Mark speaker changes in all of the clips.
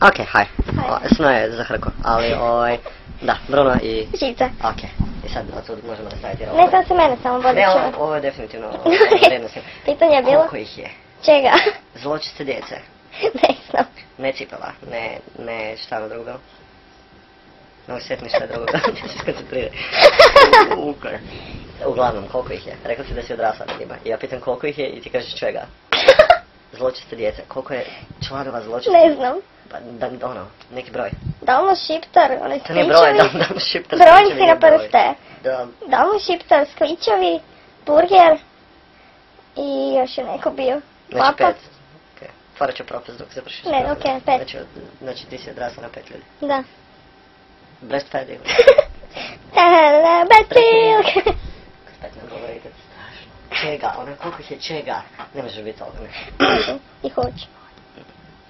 Speaker 1: Okej, haj.
Speaker 2: Haj.
Speaker 1: O, Sno je za hrku, ali ovaj... Da, Bruno i...
Speaker 2: Žica.
Speaker 1: Okej. I sad od možemo nastaviti. jer ovo-
Speaker 2: Ne samo se mene, samo
Speaker 1: Ne,
Speaker 2: bodeću.
Speaker 1: ovo- ovo je definitivno ovaj, vrijednosno.
Speaker 2: Pitanje je bilo
Speaker 1: Koliko ih je?
Speaker 2: čega?
Speaker 1: Zločiste djece.
Speaker 2: ne znam.
Speaker 1: Ne cipela, ne, ne šta ono drugo. Ne osjetim ništa drugo, da se skoncentrirati. Ukoj. Uglavnom, koliko ih je? Rekla si da si odrasla na njima. I ja pitam koliko ih je i ti kažeš čega? Zločiste djece. Koliko je članova zločiste?
Speaker 2: ne znam.
Speaker 1: Pa, da, ono, neki broj.
Speaker 2: Dalmo Šiptar, onaj
Speaker 1: To nije broj, da,
Speaker 2: skličevi.
Speaker 1: da, šiptar.
Speaker 2: Brojnici na prste.
Speaker 1: Da,
Speaker 2: Dalmo Šiptar, skličevi, burger i još je neko bio.
Speaker 1: znači
Speaker 2: Papa.
Speaker 1: pet. Okay. Fora ću propast dok završiš.
Speaker 2: Ne,
Speaker 1: problem.
Speaker 2: okej, pet.
Speaker 1: Znači, od- znači ti si odrasla na pet ljudi.
Speaker 2: Da.
Speaker 1: Breastfeeding.
Speaker 2: Hele, Betil!
Speaker 1: Kad pet ne govorite, strašno. Čega, ona koliko ih je čega? Ne može biti toga.
Speaker 2: I hoću.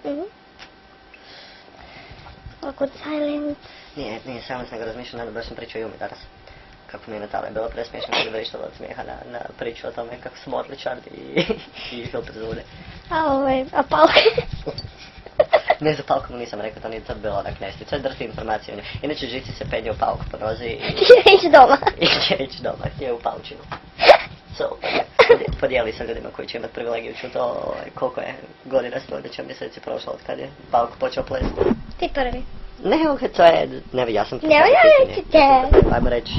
Speaker 2: Mhm. Awkward silence.
Speaker 1: Nije, nije samo nego razmišljam, da baš sam pričao Jumi danas. Kako mi je Natalija bila presmiješna kad je vrištala od smijeha na, na priču o tome kako smo odličan i, i filtr zvude.
Speaker 2: A ovaj, a palke.
Speaker 1: Ne za palku mu nisam rekao, to nije to bilo onak nešto. To je drti informacija o njoj. Inače, žici se penje u palku po nozi i
Speaker 2: Ići doma.
Speaker 1: i će ići doma, je u paučinu. So, podijeli sa ljudima koji će imati privilegiju ću to ovaj, koliko je godina s nodećom mjeseci prošlo od kad je Bauk počeo plesati.
Speaker 2: Ti prvi.
Speaker 1: Ne, to je, ne ja sam ti
Speaker 2: Ne,
Speaker 1: sad
Speaker 2: ja
Speaker 1: pitanje.
Speaker 2: ću te.
Speaker 1: Ajmo reći,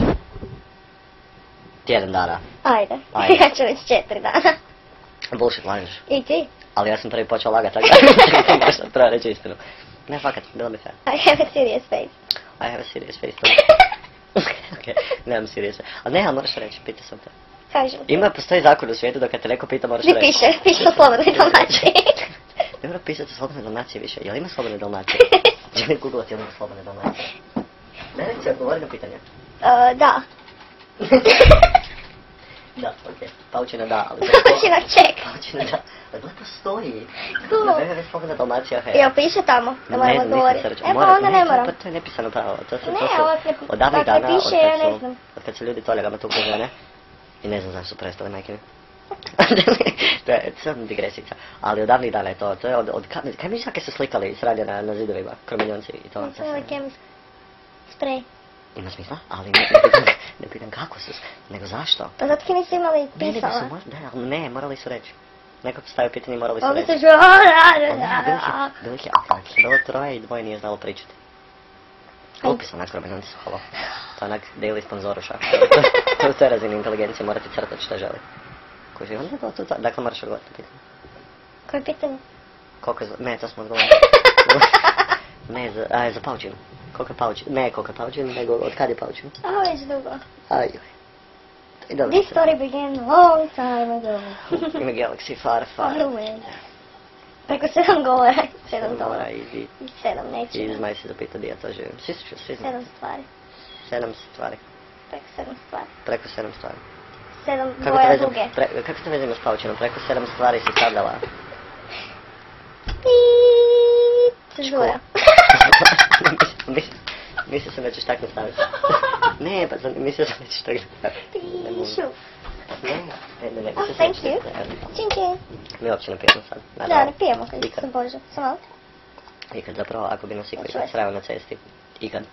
Speaker 1: tjedan dana.
Speaker 2: Ajde.
Speaker 1: Ajde.
Speaker 2: Ja ću već četiri dana.
Speaker 1: Bullshit lažeš.
Speaker 2: I ti?
Speaker 1: Ali ja sam prvi počeo lagati, tako da baš sam treba reći istinu. Ne, fakat, bilo bi fair.
Speaker 2: I have a serious face.
Speaker 1: I have a serious face. ok, nemam serious face. Ali ne, ali moraš reći, pitao sam te.
Speaker 2: Kažem.
Speaker 1: Ima, postoji zakon u svijetu da kad te neko pita moraš
Speaker 2: Ne
Speaker 1: reći.
Speaker 2: piše, piše na slobodnoj domaći.
Speaker 1: Ne mora pisati slobodne domacije više. Jel ima slobodne domacije? Želim googlati ono slobodne domacije. Ne, ne, će odgovori na pitanje.
Speaker 2: Da.
Speaker 1: Da, okej. Paučina da, ali...
Speaker 2: Znači na ček.
Speaker 1: Paučina da. Ali gledaj, postoji.
Speaker 2: Cool.
Speaker 1: Na www slobodna domacija, hej.
Speaker 2: Jel piše tamo da moramo
Speaker 1: Ne znam, nisam
Speaker 2: odgovoriti?
Speaker 1: se
Speaker 2: E
Speaker 1: reći.
Speaker 2: pa
Speaker 1: Mora-
Speaker 2: onda ne moram.
Speaker 1: Pa to je nepisano pravilo. To se,
Speaker 2: Ne,
Speaker 1: to se
Speaker 2: ovo ne-
Speaker 1: od davnih
Speaker 2: dakle,
Speaker 1: dana,
Speaker 2: piše,
Speaker 1: od kad
Speaker 2: ja ne
Speaker 1: su-
Speaker 2: znam.
Speaker 1: od kad su ljudi toljagama tu žene. I ne znam zašto su prestali majke mi. to je sam digresica. Ali od davnih dana je to. To je od, od kad, kaj mi je kad su slikali i sranje na, na zidovima, kromiljonci i to.
Speaker 2: Mislim na kemijski sprej.
Speaker 1: Ima smisla, ali ne, ne pitam, ne pitam kako su, nego zašto.
Speaker 2: Pa zato ti nisu imali
Speaker 1: Ne, nego
Speaker 2: pisala.
Speaker 1: su, mor- ne, ali ne, morali su reći. Neko postavio pitanje, morali su
Speaker 2: Ovi
Speaker 1: reći.
Speaker 2: su žu...
Speaker 1: Ali Pa ne, bilo ih je- Bilo ih je, ali ih je bilo pa troje i dvoje nije znalo pričati. Glupi su onak romenanci su holo. To je onak daily sponzoruša. to je u toj razini inteligencije, morate crtati šta želi. Koji je onda je bilo tu, to- dakle moraš odgovoriti na pitanje.
Speaker 2: Koje pitanje?
Speaker 1: Koliko je, za- ne, to smo odgovorili. ne, za, a, za paučinu. Koliko je paučin, ne koliko je paučin, nego od kad je paučin.
Speaker 2: A već dugo.
Speaker 1: Aj, joj. I dobro.
Speaker 2: This story began long time ago.
Speaker 1: In a galaxy far, far.
Speaker 2: On the way. Preko sedam govora. Sedam
Speaker 1: Sedam dolara
Speaker 2: govora.
Speaker 1: i, i,
Speaker 2: I sedam
Speaker 1: i
Speaker 2: nečega.
Speaker 1: zmaj se zapita di ja to živim. Svi su, svi znaju.
Speaker 2: Sedam stvari.
Speaker 1: Sedam stvari.
Speaker 2: Preko sedam stvari.
Speaker 1: Preko sedam stvari.
Speaker 2: Sedam
Speaker 1: Kako te
Speaker 2: boja
Speaker 1: vezano,
Speaker 2: duge.
Speaker 1: pre, kako te vezano s paučinom? Preko sedam stvari si stavljala.
Speaker 2: Piiiit. Žura.
Speaker 1: Mislim- Mislio sam da ćeš tako staviti. Ne, pa sam, mislio sam da ćeš tako staviti. Ne mogu.
Speaker 2: Pišu.
Speaker 1: Ne, ne, ne, ne. mislim
Speaker 2: Oh,
Speaker 1: da
Speaker 2: thank
Speaker 1: ćeš-
Speaker 2: you. Čin čin.
Speaker 1: Mi uopće ne pijemo sad.
Speaker 2: Da,
Speaker 1: naravno.
Speaker 2: ne pijemo. Kad
Speaker 1: Nikad.
Speaker 2: se bože. Samo.
Speaker 1: Nikad, zapravo, ako bi nas ikad
Speaker 2: Čuješ.
Speaker 1: sreo na cesti. Ikad.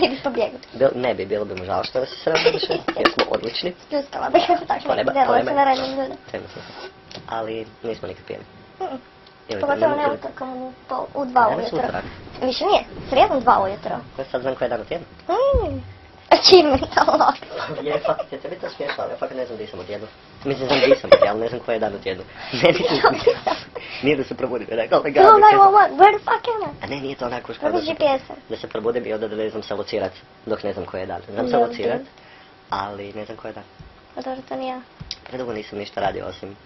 Speaker 2: Ne bi pobjegli.
Speaker 1: Bil, ne bi, bilo bi mu žao što nas je sreo više, jer smo odlični.
Speaker 2: Pljuskala bih vam tako
Speaker 1: Poleba,
Speaker 2: nekako. Djela se
Speaker 1: poleba.
Speaker 2: na ranjem ljude.
Speaker 1: Trenutno sam. Ali nismo nikad pijeli.
Speaker 2: Mm.
Speaker 1: Ili ne-
Speaker 2: Pogotovo ne utorkom u, pol, u dva
Speaker 1: Danas je
Speaker 2: ujutro.
Speaker 1: utorak.
Speaker 2: Više nije, srijedom dva ujutro.
Speaker 1: Ja sad znam koji je dan od tjedna.
Speaker 2: Mm. Achievement Oh. unlocked.
Speaker 1: Je, fakat je tebi to smiješno, ali ja fakat ne znam gdje sam u tjednu. Mislim, znam gdje sam, ali ne znam koji je dan u tjednu. Ne, nisam. Nije da se probudim, jer rekao, ali ga...
Speaker 2: Hello 911, where the fuck am I?
Speaker 1: A ne, nije to onako što...
Speaker 2: Robiš GPS-a.
Speaker 1: Da se probudim i onda da ne znam se locirat, dok ne znam koji je dan. Znam se
Speaker 2: Dobro.
Speaker 1: locirat, ali ne znam koji je dan.
Speaker 2: A dobro, to nije ja.
Speaker 1: Predugo nisam ništa radio osim...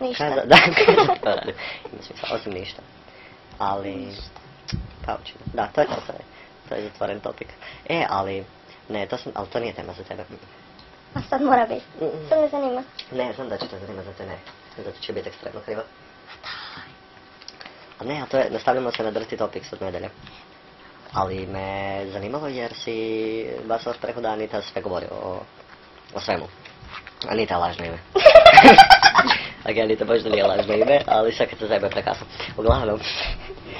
Speaker 2: Ništa.
Speaker 1: Kaza, da, kaza to radim. Ima smisla, osim ništa. Ali... Paučina. Da, to je to, to je, to je zatvoren topik. E, ali... Ne, to sam, ali to nije tema za tebe.
Speaker 2: A sad mora biti.
Speaker 1: Mm.
Speaker 2: To me zanima.
Speaker 1: Ne, znam da će te zanimati, zato ne. Zato će biti ekstremno krivo. A ne, a to je, nastavljamo se na drti topiks od nedelje. Ali me zanimalo jer si baš vaš preko da Anita sve govori o, o svemu. Anita je lažno ime. Dakle, Anita možda nije lažno ime, ali sad kad se zajme prekasno. Uglavnom,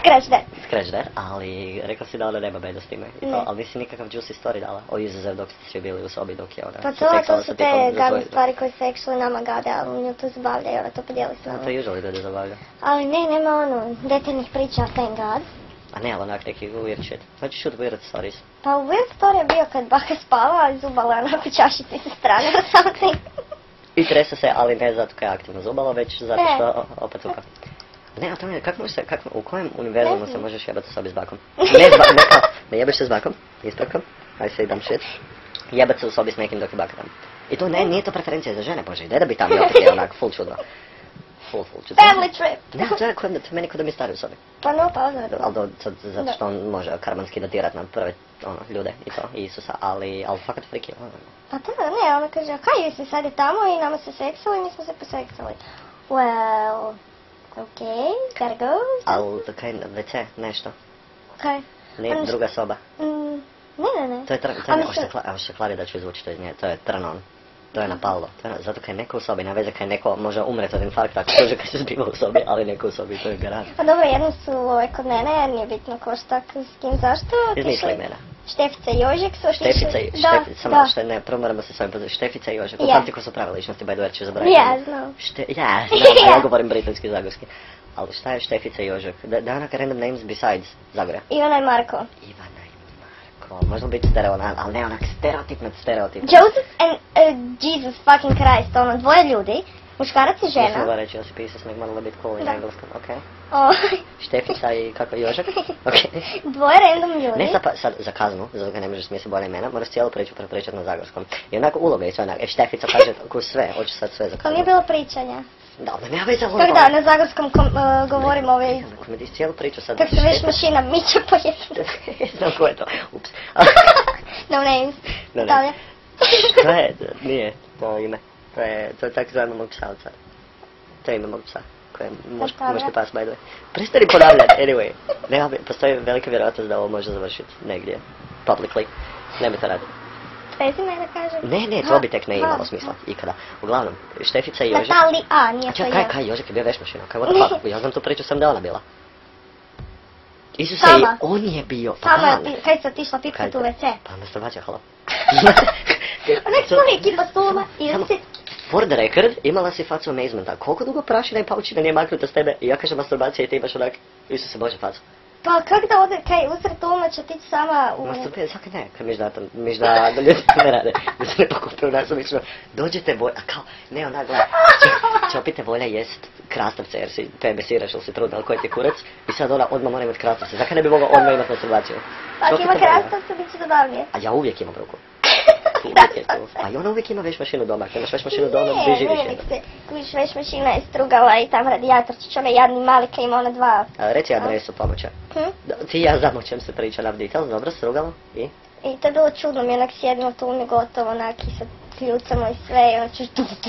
Speaker 2: Scratch da.
Speaker 1: Scratch Dead, ali rekla si da ona nema bedu s time. i to,
Speaker 2: Ne.
Speaker 1: Ali nisi nikakav juicy story dala o izuzev dok ste svi bili u sobi dok je ona
Speaker 2: Pa
Speaker 1: se
Speaker 2: to,
Speaker 1: seksala
Speaker 2: to
Speaker 1: sa
Speaker 2: su
Speaker 1: tipom
Speaker 2: te
Speaker 1: za
Speaker 2: gadne
Speaker 1: svoje-
Speaker 2: stvari koje se actually nama gade, ali nju to zabavlja i ona to podijeli s
Speaker 1: Da,
Speaker 2: nama.
Speaker 1: No, to je usually ljudi zabavlja.
Speaker 2: Ali ne, nema ono detaljnih priča, thank god.
Speaker 1: A ne, ali onak neki weird shit. Znači shoot weird stories.
Speaker 2: Pa weird story je bio kad baka spava, a izubala je onako čašicu sa strane or something.
Speaker 1: I trese se, ali ne zato kaj je aktivno zubalo, već zato
Speaker 2: Ne.
Speaker 1: što o- opet tuka. Ne, a to mi je, kako možeš se, kako, u kojem univerzumu
Speaker 2: Ne
Speaker 1: se
Speaker 2: znam.
Speaker 1: možeš jebati u sobi s bakom? Ne, s ba, ne, a, ne jebeš se s bakom, ispravka, I say dumb shit. Jebat se u sobi s nekim dok je baka tamo. I to ne, nije to preferencija za žene, bože, ide da bi tamo i opet je onak, full čudva. Full, full čudva.
Speaker 2: Family trip.
Speaker 1: Ne, to je kod, to je meni kod da mi je stari u sobi.
Speaker 2: Pa no, pa ono je
Speaker 1: Ali
Speaker 2: to.
Speaker 1: do, sad, zato
Speaker 2: Da.
Speaker 1: što on može karmanski datirat na prve ono, ljude i to, i Isusa, ali, ali fakat friki, ono,
Speaker 2: Pa da, ne, ona kaže, a kaj vi ste sad je tamo i nama se seksali i mi smo se poseksali. Well, okay, there goes.
Speaker 1: ali kaj, WC, nešto,
Speaker 2: Kaj?
Speaker 1: ne,
Speaker 2: Ono što-
Speaker 1: druga soba.
Speaker 2: Mm, ne, ne, ne.
Speaker 1: To je trn, to
Speaker 2: A
Speaker 1: je,
Speaker 2: mislim-
Speaker 1: hoćete klari da ću izvući to iz nje, to je trn on. To je napalo, to je, na- zato kaj je neko u sobi, na veze kaj je neko može umret od infarkta, ako kaže kaj se zbiva u sobi, ali neko u sobi, to je garant.
Speaker 2: Pa dobro, jedno su ovaj, kod mene, nije bitno ko šta, k- s kim, zašto.
Speaker 1: Izmišljaj
Speaker 2: otišli-
Speaker 1: imena.
Speaker 2: Štefica i Jožek su otišli.
Speaker 1: Štefica i,
Speaker 2: da,
Speaker 1: štefica, samo
Speaker 2: da.
Speaker 1: što ne, prvo moramo se s ovim pozivati, Štefica i Jožek,
Speaker 2: Ja.
Speaker 1: upamti ko su prave ličnosti, by the way, ću zaboraviti.
Speaker 2: Ja znam.
Speaker 1: Šte, ja, znam, a ja
Speaker 2: Ja.
Speaker 1: govorim britanski, zagorski. Ali šta je Štefica i Jožek? Da, da je onak random names besides Zagora.
Speaker 2: I onaj Marko.
Speaker 1: Ivana i Marko, možda biti stereonan, ali ne onak stereotip nad stereotip.
Speaker 2: Joseph and uh, Jesus fucking Christ, ono, dvoje ljudi, muškarac i
Speaker 1: Nisam
Speaker 2: žena.
Speaker 1: mogla reći Josip Isus, nego morala biti cool in
Speaker 2: Da.
Speaker 1: engleskom, okej.
Speaker 2: O,
Speaker 1: Štefica i kako Jožek? Okej.
Speaker 2: Ovaj. dvoje random ljudi.
Speaker 1: Ne sad, pa, sad za kaznu, zato ga ne možeš smisliti bolje imena, moraš cijelu priču prepričati na zagorskom. I onako uloga i sve onak, e Štefica kaže ko sve, hoću sad sve za
Speaker 2: To
Speaker 1: kaznu.
Speaker 2: nije bilo pričanja.
Speaker 1: Da, ali nema veze
Speaker 2: Kako da, na zagorskom kom, uh, govorim ove...
Speaker 1: Ako mi diš cijelu priču sad...
Speaker 2: Kako se već
Speaker 1: Štefica-
Speaker 2: mašina miče po jednu.
Speaker 1: Znam ko je to, ups.
Speaker 2: no names.
Speaker 1: No names.
Speaker 2: Dalje.
Speaker 1: to je, nije to ime. To je, to je tako zove mog psa od sad. To je ime mog psa. Koje je muš,
Speaker 2: Postavlja.
Speaker 1: muški pas, by the way. Prestani ponavljati, anyway. Nema, postoji velika vjerojatnost da ovo može završiti negdje. Publicly. Nemoj to raditi.
Speaker 2: Prezime da kažem.
Speaker 1: Ne, ne, to bi tek ne imalo smisla, ikada. Uglavnom, Štefica i Jožek...
Speaker 2: Natali A, nije to
Speaker 1: Čekaj,
Speaker 2: ja.
Speaker 1: kaj, kaj, Jožek je bio veš mašina, kaj, what the fuck, ja znam tu priču sam da je ona bila. Isuse, i
Speaker 2: Sama.
Speaker 1: on je bio, pa
Speaker 2: Sama je,
Speaker 1: da.
Speaker 2: otišla- kaj se otišla
Speaker 1: Kaj
Speaker 2: pipkat u
Speaker 1: to?
Speaker 2: WC.
Speaker 1: Pa masturbacija, halo.
Speaker 2: Onak smo neki basuma i
Speaker 1: Samo,
Speaker 2: se...
Speaker 1: For the record, imala si facu amazementa. Koliko dugo prašina i paučina nije maknuta s tebe? I ja kažem masturbacija i ti imaš onak, Isuse Bože, facu.
Speaker 2: Pa kak da ode, kaj, usred uma će tići sama u...
Speaker 1: Masturbiraj, svaki ne, kad miš da, miš da, da ljudi to ne rade, da se ne pokupe u nas, obično, dođete volja, a kao, ne, ono, ona, gleda, čopite volja jest krastavce, jer si pebesiraš ili si trudna, ali koji ti je kurac, i sad ona odmah mora imati krastavce, zakaj ne bi mogla odmah imati masturbaciju?
Speaker 2: Pa ako
Speaker 1: Čopite
Speaker 2: ima
Speaker 1: volja.
Speaker 2: krastavca, bit će zabavnije.
Speaker 1: A ja uvijek imam ruku. Uvijek je
Speaker 2: Krastavce.
Speaker 1: tu. A i ona uvijek ima veš mašinu doma, kad imaš veš mašinu ono, doma,
Speaker 2: Ne,
Speaker 1: vi
Speaker 2: ne,
Speaker 1: živiš
Speaker 2: nek
Speaker 1: jedno.
Speaker 2: se kuviš veš mašina je strugala i tam radijatorčić, onaj jadni mali kaj ima ona dva.
Speaker 1: A, E, Reci adresu pomoća.
Speaker 2: Hm?
Speaker 1: Da, Ti i ja znam o čem se priča, nav detail, dobro, strugalo,
Speaker 2: E,
Speaker 1: i?
Speaker 2: I to je bilo čudno, mi je onak sjedimo tu mi gotovo onak i sad kljucamo i sve i ono ćeš tu, tu.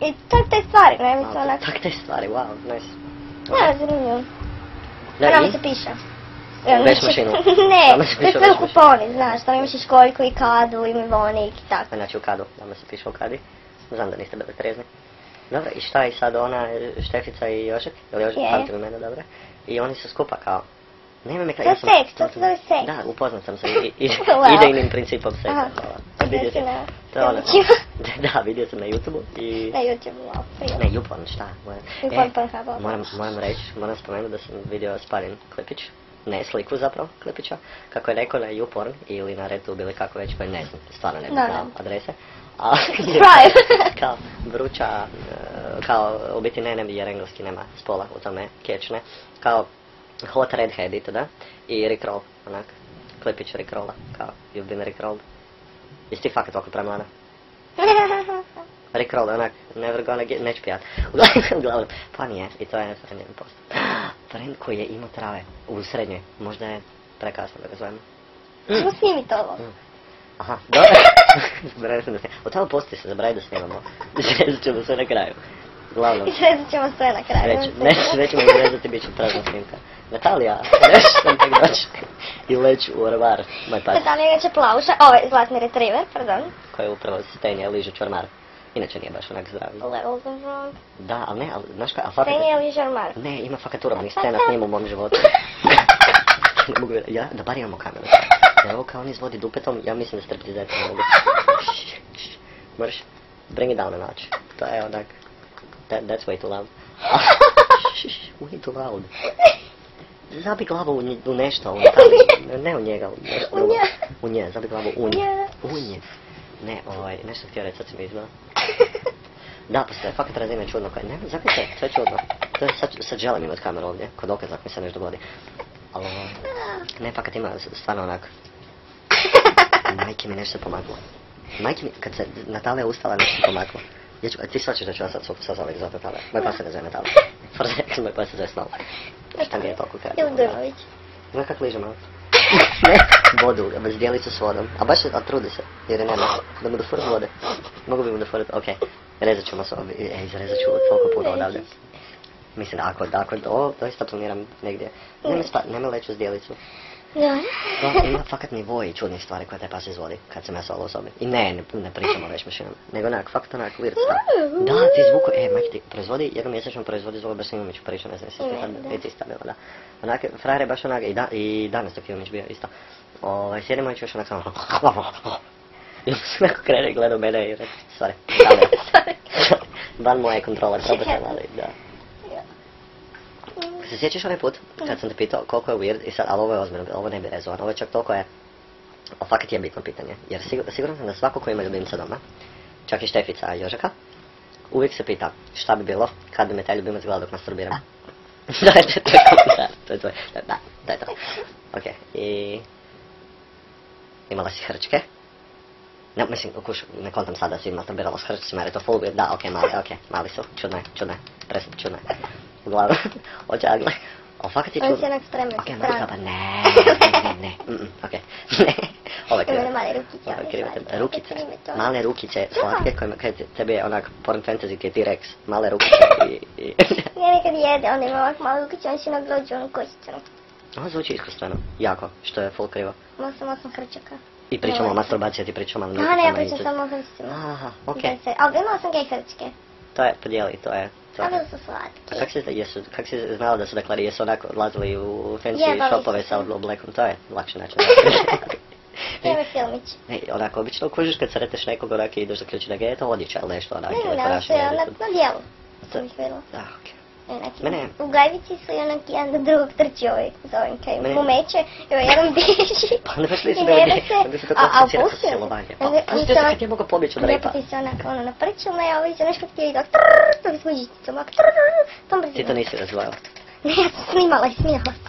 Speaker 2: I tak te stvari, ne, mislim onak,
Speaker 1: Tak te stvari, wow, nice.
Speaker 2: ne, zanimljivo.
Speaker 1: Da,
Speaker 2: Ona mi
Speaker 1: i?
Speaker 2: se piše.
Speaker 1: Veš mašinu.
Speaker 2: ne,
Speaker 1: Ona se
Speaker 2: to je
Speaker 1: piše
Speaker 2: sve
Speaker 1: veš
Speaker 2: u
Speaker 1: mašinu.
Speaker 2: kuponi, znaš, tamo imaš i školjku i kadu i mivonik i tako.
Speaker 1: Znači u kadu, nama se piše u kadi. Znam da niste bili trezni. Dobro, i šta je sad ona, e, Štefica i Jožek? Ili Jožek,
Speaker 2: Je.
Speaker 1: pamtim imena, dobro. I oni su skupa kao... Nema me
Speaker 2: To je seks, to se zove seks.
Speaker 1: Da, upoznat sam se i, i,
Speaker 2: Wow.
Speaker 1: idejnim principom seksa.
Speaker 2: Aha.
Speaker 1: hvala.
Speaker 2: Vidio
Speaker 1: Vidio
Speaker 2: si
Speaker 1: sam-
Speaker 2: na
Speaker 1: to je ono-
Speaker 2: filmićima.
Speaker 1: Da, vidio sam na YouTube-u i...
Speaker 2: Na YouTube, wow, prije.
Speaker 1: Ne, Jupon, šta? Moja-
Speaker 2: Jupon,
Speaker 1: E,
Speaker 2: Pornhub, ovo.
Speaker 1: moram, moram reći, moram spomenuti da sam vidio Sparin Klipić, ne sliku zapravo Klipića, kako je rekao na Youporn ili na Retu ili kako već, pa ne znam, stvarno ne znam
Speaker 2: Da,
Speaker 1: kao
Speaker 2: da.
Speaker 1: adrese. A,
Speaker 2: Right.
Speaker 1: kao vruća, e, kao u biti ne, ne, jer engleski nema spola u tome, kečne, kao hot redhead i da, i Rickroll, onak, Klipić Rickrolla, kao, you've been Rickrolled. Jesi ti fakat toliko premlada? Rick Roll, onak, never gonna get, neću pijat. Uglavnom, pa nije, i to je sad njen post. Friend koji je imao trave u srednjoj, možda je prekasno da ga zovemo.
Speaker 2: Čemo snimit ovo?
Speaker 1: Aha, dobro. zaboravio sam da snimam. O tamo postoji se, zaboravio da snimamo. Srezat ćemo sve na kraju. Uglavnom,
Speaker 2: I srezat ćemo sve na kraju.
Speaker 1: već, ne, već ćemo srezati, bit će prazna snimka. Natalija, nešto sam tek doći. I leć u orvar, moj pas,
Speaker 2: Natalija ga će plavuša, ovaj zlatni retriever, pardon.
Speaker 1: koji je upravo stenja, ližu čormar. Inače nije baš onak zdravi.
Speaker 2: Little bit wrong.
Speaker 1: Da, ali ne, ali, znaš kaj, ali fakat...
Speaker 2: Daniel je žarmar.
Speaker 1: Pa Ne, ima fakat urbanih
Speaker 2: Pa
Speaker 1: scena s njim u mom životu. ne mogu vjerati. Ja, da bar imamo kameru. Jer ovo kao on izvodi dupetom, ja mislim da strpiti zajca mogu. Mrš, bring it down a notch. To je onak... That, that's way too loud. way too loud. Zabi glavu u, nje- u nešto, u ne, ne u njega, u nešto
Speaker 2: U
Speaker 1: drugo.
Speaker 2: nje.
Speaker 1: U nje, zabi glavu u nje.
Speaker 2: Nje.
Speaker 1: U nje. Ne, ovaj, nešto sam htio reći, sad si mi izbila. Da, pa se fakat razine čudno kaj, ne, zakaj se, sve čudno. To je, sad, sad želim imat kameru ovdje, kod dokaz ako mi se nešto dogodi. Ali, ovo, ne, fakat ima s- stvarno onak, majke mi nešto se pomaklo. Majke mi, kad se Natalija ustala, nešto se pomaklo. Ja ću, ti shvaćaš da ću ja sad sa zavek zvat Natalija. Moj pas se ne zove Natalija. Forse, moj pas se zove Snow. Šta mi je toliko kad?
Speaker 2: Ildorović.
Speaker 1: Znaš kak ližem, ali? Ne, vodu, bez dijelicu s vodom. A baš, a trudi se, jer je nema. Da mu dofurat vode. Mogu bi mu dofurat, okej. Rezat ću maso, ej, izrezat ću toliko puta odavde. Mislim, ako, ako, ovo doista planiram negdje. Nema spa, nema leću s dijelicu.
Speaker 2: Dobro.
Speaker 1: To ima fakat nivoji čudnih stvari koje taj pas izvodi kad sam ja solo u sobi. I ne, ne, ne pričamo o već mašinama, nego onak, fakat onak weird stuff. Da, ti zvuko, e, majke ti, proizvodi, jednom mjesečno proizvodi zvuko Brsa Imumić priča, ne znam, jesi ti
Speaker 2: Ne,
Speaker 1: tad
Speaker 2: da.
Speaker 1: već ista bila, da. Onak, frajer je baš onak, i, da, i danas dok je Imumić bio isto. Ovaj, sjedimo i čuješ onak samo, i onda se neko krene i gleda u mene i reći, sorry, da, Van moje kontrole, dobro sam, ali, da. Se sjećaš onaj put kad sam te pitao koliko je weird, i sad, ali ovo je ozbiljno, ovo ne bi rezovan, ovo je čak toliko je, o, fakat je bitno pitanje, jer sigur- siguran sam da svako ko ima ljubimca doma, čak i Štefica Jožaka, uvijek se pita šta bi bilo kad bi me taj ljubimac gledao dok masturbiram. da, to je komentar, to je tvoj, da, da, to je to. Ok, i... Imala si hrčke? Ne, mislim, kuš, ne kontam sad da si masturbirala s hrčicima, jer je to full weird. Da, okej, mali, okej, mali su, čudno je, čudno je, presud, čudno je. Uglavnom, oće Agle. O, fakat je
Speaker 2: On
Speaker 1: čudno.
Speaker 2: se onak sprema za
Speaker 1: Okej,
Speaker 2: stranu.
Speaker 1: mali kapa, ne, ne, ne, ne, mm, mm, okej, ne. Ovo je krivo.
Speaker 2: Imaju male rukice,
Speaker 1: Ovo je
Speaker 2: one
Speaker 1: krivo,
Speaker 2: slatke,
Speaker 1: rukice,
Speaker 2: kad prime to.
Speaker 1: male rukice,
Speaker 2: Da.
Speaker 1: slatke, kojima, kaj te- tebi je onak porn fantasy gdje je T-Rex, male rukice i... i
Speaker 2: Ja nekad jede, onda ima ovak malu rukicu, on si onak dođe u onu košicu.
Speaker 1: Ovo zvuči iskustveno, jako, što je full krivo.
Speaker 2: Imao sam osam hrčaka.
Speaker 1: I pričamo o
Speaker 2: Ne.
Speaker 1: masturbaciji, ti pričamo o
Speaker 2: A ne, ja pričam samo o hrčicima.
Speaker 1: Aha, okej.
Speaker 2: Gej se- Ali imala sam gej hrčke.
Speaker 1: To je, podijeli, to je. To
Speaker 2: A
Speaker 1: je.
Speaker 2: bili su slatki.
Speaker 1: A kak si, jesu, kak si znala da su, dakle, jesu onako odlazili u fancy
Speaker 2: Jebali
Speaker 1: shopove
Speaker 2: su
Speaker 1: sa
Speaker 2: se.
Speaker 1: oblekom, to je lakši način.
Speaker 2: Evo filmić.
Speaker 1: Ne, onako, obično kužiš kad sretneš nekog onak i ideš zaključiti da ga je to odjeća ili nešto onak.
Speaker 2: Ne,
Speaker 1: ili
Speaker 2: ne, ne,
Speaker 1: ponašanje,
Speaker 2: je
Speaker 1: ili
Speaker 2: na,
Speaker 1: to-
Speaker 2: na dijelu.
Speaker 1: To-
Speaker 2: Sam ih vidjela.
Speaker 1: Da, okej.
Speaker 2: Onaki,
Speaker 1: Mene-
Speaker 2: u gajvici su i onak jedan do drugog trči ovaj Zorinka i
Speaker 1: Mene-
Speaker 2: pomeće i ovaj jedan bježi
Speaker 1: Pa onda baš
Speaker 2: i
Speaker 1: slično
Speaker 2: ne
Speaker 1: da
Speaker 2: da
Speaker 1: je- onda se
Speaker 2: se,
Speaker 1: to
Speaker 2: a, a
Speaker 1: klasificira kao
Speaker 2: opustio se.
Speaker 1: silovanje. Pa,
Speaker 2: Onda-
Speaker 1: pa,
Speaker 2: i
Speaker 1: što
Speaker 2: se
Speaker 1: se
Speaker 2: onak-
Speaker 1: kad je mogao pobjeći od
Speaker 2: Lijepo
Speaker 1: repa?
Speaker 2: ti se onak ono naprčio na ja ovaj se nešto htio i tako trrrr, to bi smo žičicom, ovak trrrr, tom brzinom.
Speaker 1: Ti to nisi razvojala.
Speaker 2: Ne, ja sam snimala i smijala se.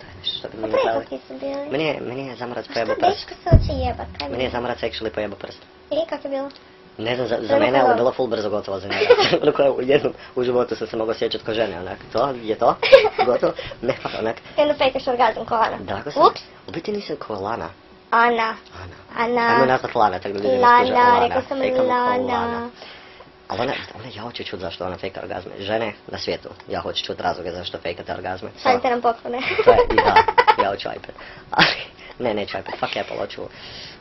Speaker 1: To je nešto što bi
Speaker 2: Pa
Speaker 1: mi napravili.
Speaker 2: prekoki su bili.
Speaker 1: Meni je, meni je zamrac
Speaker 2: A
Speaker 1: pojebao
Speaker 2: šta
Speaker 1: prst.
Speaker 2: dečko se hoće jebat, kaj
Speaker 1: Meni je zamrac actually pojebao prst.
Speaker 2: I kako je bilo?
Speaker 1: Ne znam, za, za
Speaker 2: Prvo
Speaker 1: mene je
Speaker 2: prvo.
Speaker 1: ovo bilo full brzo gotovo za njega. ono koje u jednom u životu sam se mogao sjećati ko žene, onak, to je to, gotovo. Ne, pa onak,
Speaker 2: I onda pekaš orgazm ko Ana.
Speaker 1: drago sam.
Speaker 2: Ups,
Speaker 1: U biti nisam ko Lana.
Speaker 2: Ana.
Speaker 1: Ana. Ajmo
Speaker 2: Ana.
Speaker 1: nazvat Lana, tako da ljudi ne skuže.
Speaker 2: Lana,
Speaker 1: Olana,
Speaker 2: rekao sam
Speaker 1: fejkamo ko
Speaker 2: Lana.
Speaker 1: Ali ona, ona, ja hoću čut zašto ona fejka orgazme. Žene na svijetu, ja hoću čut razloge zašto fejkate orgazme.
Speaker 2: Šaljite nam poklone.
Speaker 1: To je, i da, ja hoću iPad. Ali, ne, neću iPad, fuck Apple, hoću,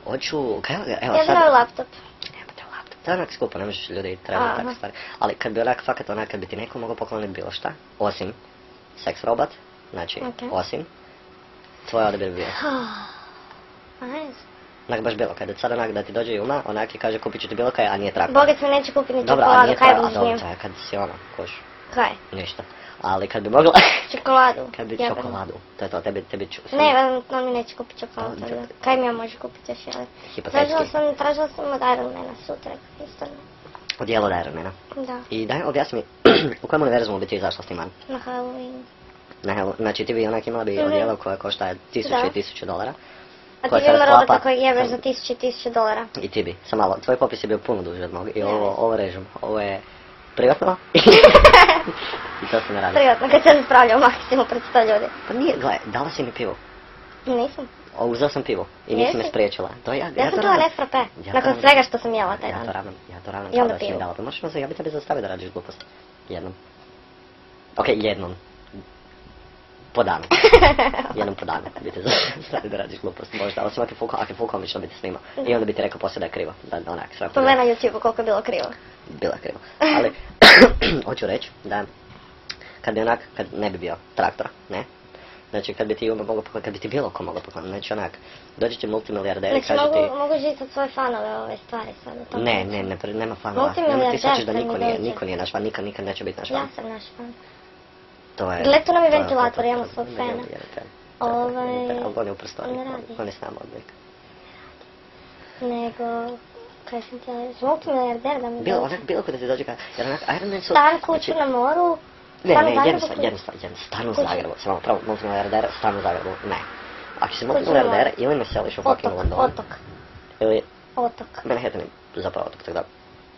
Speaker 1: hoću, kaj, evo
Speaker 2: Ja
Speaker 1: sad,
Speaker 2: znam laptop.
Speaker 1: Nemate laptop. To je onak skupo, ne možeš ljudi
Speaker 2: Aha.
Speaker 1: tražiti takve stvari. Ali kad bi onak, fakat onak, kad bi ti neko mogao pokloniti bilo šta, osim seks robot, znači
Speaker 2: Ok.
Speaker 1: osim, tvoj odabir bi bio.
Speaker 2: Ajde.
Speaker 1: Onak baš bilo, kad je sad onak da ti dođe Juma, onak i kaže kupit ću ti bilo kaj, a nije trako.
Speaker 2: Bogat mi neće kupiti ni
Speaker 1: Dobro, a
Speaker 2: čokoladu,
Speaker 1: nije
Speaker 2: kaj
Speaker 1: trako, a
Speaker 2: bi s
Speaker 1: dobro,
Speaker 2: njim?
Speaker 1: to je kad si ono, koš,
Speaker 2: Kaj?
Speaker 1: ništa. Ali kad bi mogla,
Speaker 2: Čokoladu.
Speaker 1: kad bi
Speaker 2: jebeno.
Speaker 1: čokoladu, to je to, tebi, tebi ću...
Speaker 2: Ne, on, on mi neće kupiti čokoladu.
Speaker 1: Da,
Speaker 2: tako da.
Speaker 1: da.
Speaker 2: Kaj mi ja može kupiti još jedan?
Speaker 1: Hipotetski.
Speaker 2: Tražila sam, tražila sam od Ironmana sutra. Isto ne.
Speaker 1: Odijelo da je ramena.
Speaker 2: Da,
Speaker 1: I daj, objasni mi, u kojem univerzumu bi ti izašla s tim van?
Speaker 2: na Halloween.
Speaker 1: Na Hello- znači ti bi onak imala bi
Speaker 2: Mhm.
Speaker 1: odijelo koje košta tisuće
Speaker 2: Da.
Speaker 1: i tisuće dolara.
Speaker 2: A ti
Speaker 1: Koja
Speaker 2: bi
Speaker 1: se
Speaker 2: ima
Speaker 1: rasklapa.
Speaker 2: robota kojeg jebeš za tisuće i tisuće dolara.
Speaker 1: I ti bi, sam malo, tvoj popis je bio puno duži od mog i
Speaker 2: Ne.
Speaker 1: ovo, ovo režem, ovo je privatno i to se ne radi.
Speaker 2: Privatno, kad sam spravljao maksimum pred sto ljudi.
Speaker 1: Pa nije, gledaj, dala si mi pivo,
Speaker 2: Nisam.
Speaker 1: o, uzeo sam pivo i nisi me
Speaker 2: Jesi?
Speaker 1: spriječila. To ja,
Speaker 2: Ja
Speaker 1: to
Speaker 2: sam pila
Speaker 1: ravnam-
Speaker 2: ne frape.
Speaker 1: Ja to
Speaker 2: Nakon
Speaker 1: ravnam-
Speaker 2: svega što sam jela taj
Speaker 1: Ja to
Speaker 2: dan.
Speaker 1: ravnam, ja to ravnam
Speaker 2: I
Speaker 1: kao
Speaker 2: onda
Speaker 1: da si mi
Speaker 2: pivo.
Speaker 1: dala. Pa možeš me za- ja bi tebe zastavio da radiš glupost. Jednom. Okej, jednom. Po danu. Jednom po danu. Biti zašto da radiš glupost. Možda, ali svaki fuko, ako je fukomično biti snima.
Speaker 2: Mhm.
Speaker 1: I onda bi ti rekao poslije da je krivo. Da, da onak, sram.
Speaker 2: Pogledaj na YouTube koliko je bilo krivo.
Speaker 1: Bila krivo. Ali, hoću reći da kad bi onak, kad ne bi bio traktor, ne? Znači, kad bi ti ume mogao pokloniti, kad bi ti bilo ko mogao pokloniti, znači onak, dođe ti multimilijarder i
Speaker 2: Znači,
Speaker 1: kaže ti...
Speaker 2: mogu, mogu živjeti od svoje fanove ove stvari sad. na tom
Speaker 1: Ne,
Speaker 2: načinu.
Speaker 1: ne, ne, pre- nema fanova. Nema, ti
Speaker 2: Multimilijarder
Speaker 1: shvaćaš da
Speaker 2: kad mi
Speaker 1: niko nije,
Speaker 2: dođe.
Speaker 1: niko nije naš fan, nikad, nikad neće biti naš fan.
Speaker 2: Ja sam naš fan.
Speaker 1: To je...
Speaker 2: Gle, tu nam je
Speaker 1: to
Speaker 2: ventilator,
Speaker 1: to- to-
Speaker 2: imamo
Speaker 1: to-
Speaker 2: svog
Speaker 1: je-
Speaker 2: fena.
Speaker 1: je- je- je-
Speaker 2: Ovaj,
Speaker 1: je- je- je- Ali on je u prostoriji,
Speaker 2: ne
Speaker 1: on-
Speaker 2: radi.
Speaker 1: on je s nama odvijek.
Speaker 2: Nego, kaj sam htjela reći, multimilijarder da mi
Speaker 1: Bilo,
Speaker 2: dođe.
Speaker 1: onak, bilo kada ti dođe kad... Jer onak, Iron Man su...
Speaker 2: Stan, kuću
Speaker 1: znači-
Speaker 2: na moru,
Speaker 1: Ne,
Speaker 2: stan u
Speaker 1: ne,
Speaker 2: Zagrebu,
Speaker 1: jednu stvar,
Speaker 2: kuću-
Speaker 1: jednu stvar, jednu stan u
Speaker 2: Kuću.
Speaker 1: Zagrebu, samo pravo, multimilijarder, stan u Zagrebu, ne. Ako si
Speaker 2: Kuću na
Speaker 1: multimilijarder
Speaker 2: moru.
Speaker 1: ili naseliš u fucking
Speaker 2: Otok,
Speaker 1: Londonu,
Speaker 2: otok,
Speaker 1: ili
Speaker 2: otok.
Speaker 1: Manhattan je zapravo otok, tako da,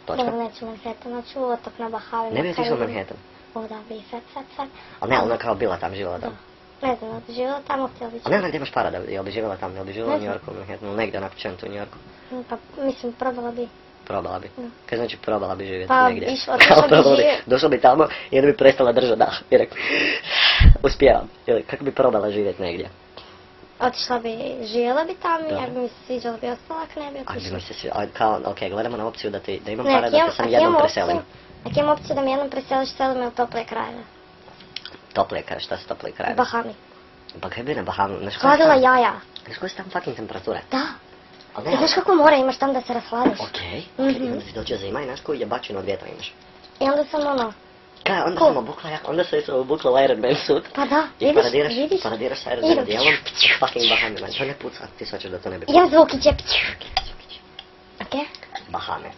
Speaker 1: točka.
Speaker 2: Dobro, neću Manhattan, hoću otok na Bahavima.
Speaker 1: Ne bi otišao u
Speaker 2: Karibima.
Speaker 1: Manhattan,
Speaker 2: O, da bi, sad, sad, sad.
Speaker 1: ali ne, ona kao bila tam, živjela
Speaker 2: Da.
Speaker 1: tamo.
Speaker 2: Ne znam, živjela tamo, htjela bi
Speaker 1: A ne, ona gdje imaš para da bi, jel bi živjela tamo, jel bi živjela u New
Speaker 2: Ne znam.
Speaker 1: Yorku, u Manhattanu, ili negdje onako čem tu u New Yorku,
Speaker 2: živjeti. Pa, mislim, probala bi.
Speaker 1: probala bi.
Speaker 2: Da.
Speaker 1: Kaj znači probala bi živjeti
Speaker 2: Mm. Pa,
Speaker 1: negdje?
Speaker 2: išla- došla bi
Speaker 1: probala
Speaker 2: živjeti.
Speaker 1: došla bi tamo i onda bi prestala držati dah i rekla, uspijevam, ili kako bi probala živjeti negdje.
Speaker 2: Otišla bi, živjela bi tamo,
Speaker 1: Da.
Speaker 2: ja bi mi se sviđala bi ostala, ako ne bi
Speaker 1: A bi
Speaker 2: otišla.
Speaker 1: mi se svi, a kao, ok, gledamo na opciju da, ti, da imam
Speaker 2: Ne,
Speaker 1: para
Speaker 2: ako
Speaker 1: da
Speaker 2: imam-
Speaker 1: te sam
Speaker 2: ako
Speaker 1: jednom
Speaker 2: imam
Speaker 1: preselim.
Speaker 2: opciju- Ako imam opciju da me jednom preseliš, selim me u tople krajeve.
Speaker 1: Tople kraj, šta su tople kraje?
Speaker 2: Bahami.
Speaker 1: Pa kaj bi na Bahamu, znaš koja je
Speaker 2: Hladila
Speaker 1: tam-
Speaker 2: jaja.
Speaker 1: Znaš koja su tam fucking temperature?
Speaker 2: Da.
Speaker 1: Ali
Speaker 2: Ti
Speaker 1: ne,
Speaker 2: znaš kako more imaš tam da se rasladiš.
Speaker 1: Okej, okej,
Speaker 2: Mhm.
Speaker 1: onda ti dođe zima i znaš koju jebačinu od vjetra imaš.
Speaker 2: I onda sam ono,
Speaker 1: Kaj, onda
Speaker 2: Ko?
Speaker 1: sam obukla, ja- onda sam se obukla u Iron Man suit.
Speaker 2: pa da,
Speaker 1: I
Speaker 2: vidiš,
Speaker 1: paradiraš,
Speaker 2: vidiš.
Speaker 1: paradiraš sa
Speaker 2: Idem.
Speaker 1: Iron Man dijelom, fucking Bahamima. To ne puca, ti svačeš da to ne bi
Speaker 2: Idem zvukiće. Okej?
Speaker 1: Bahame.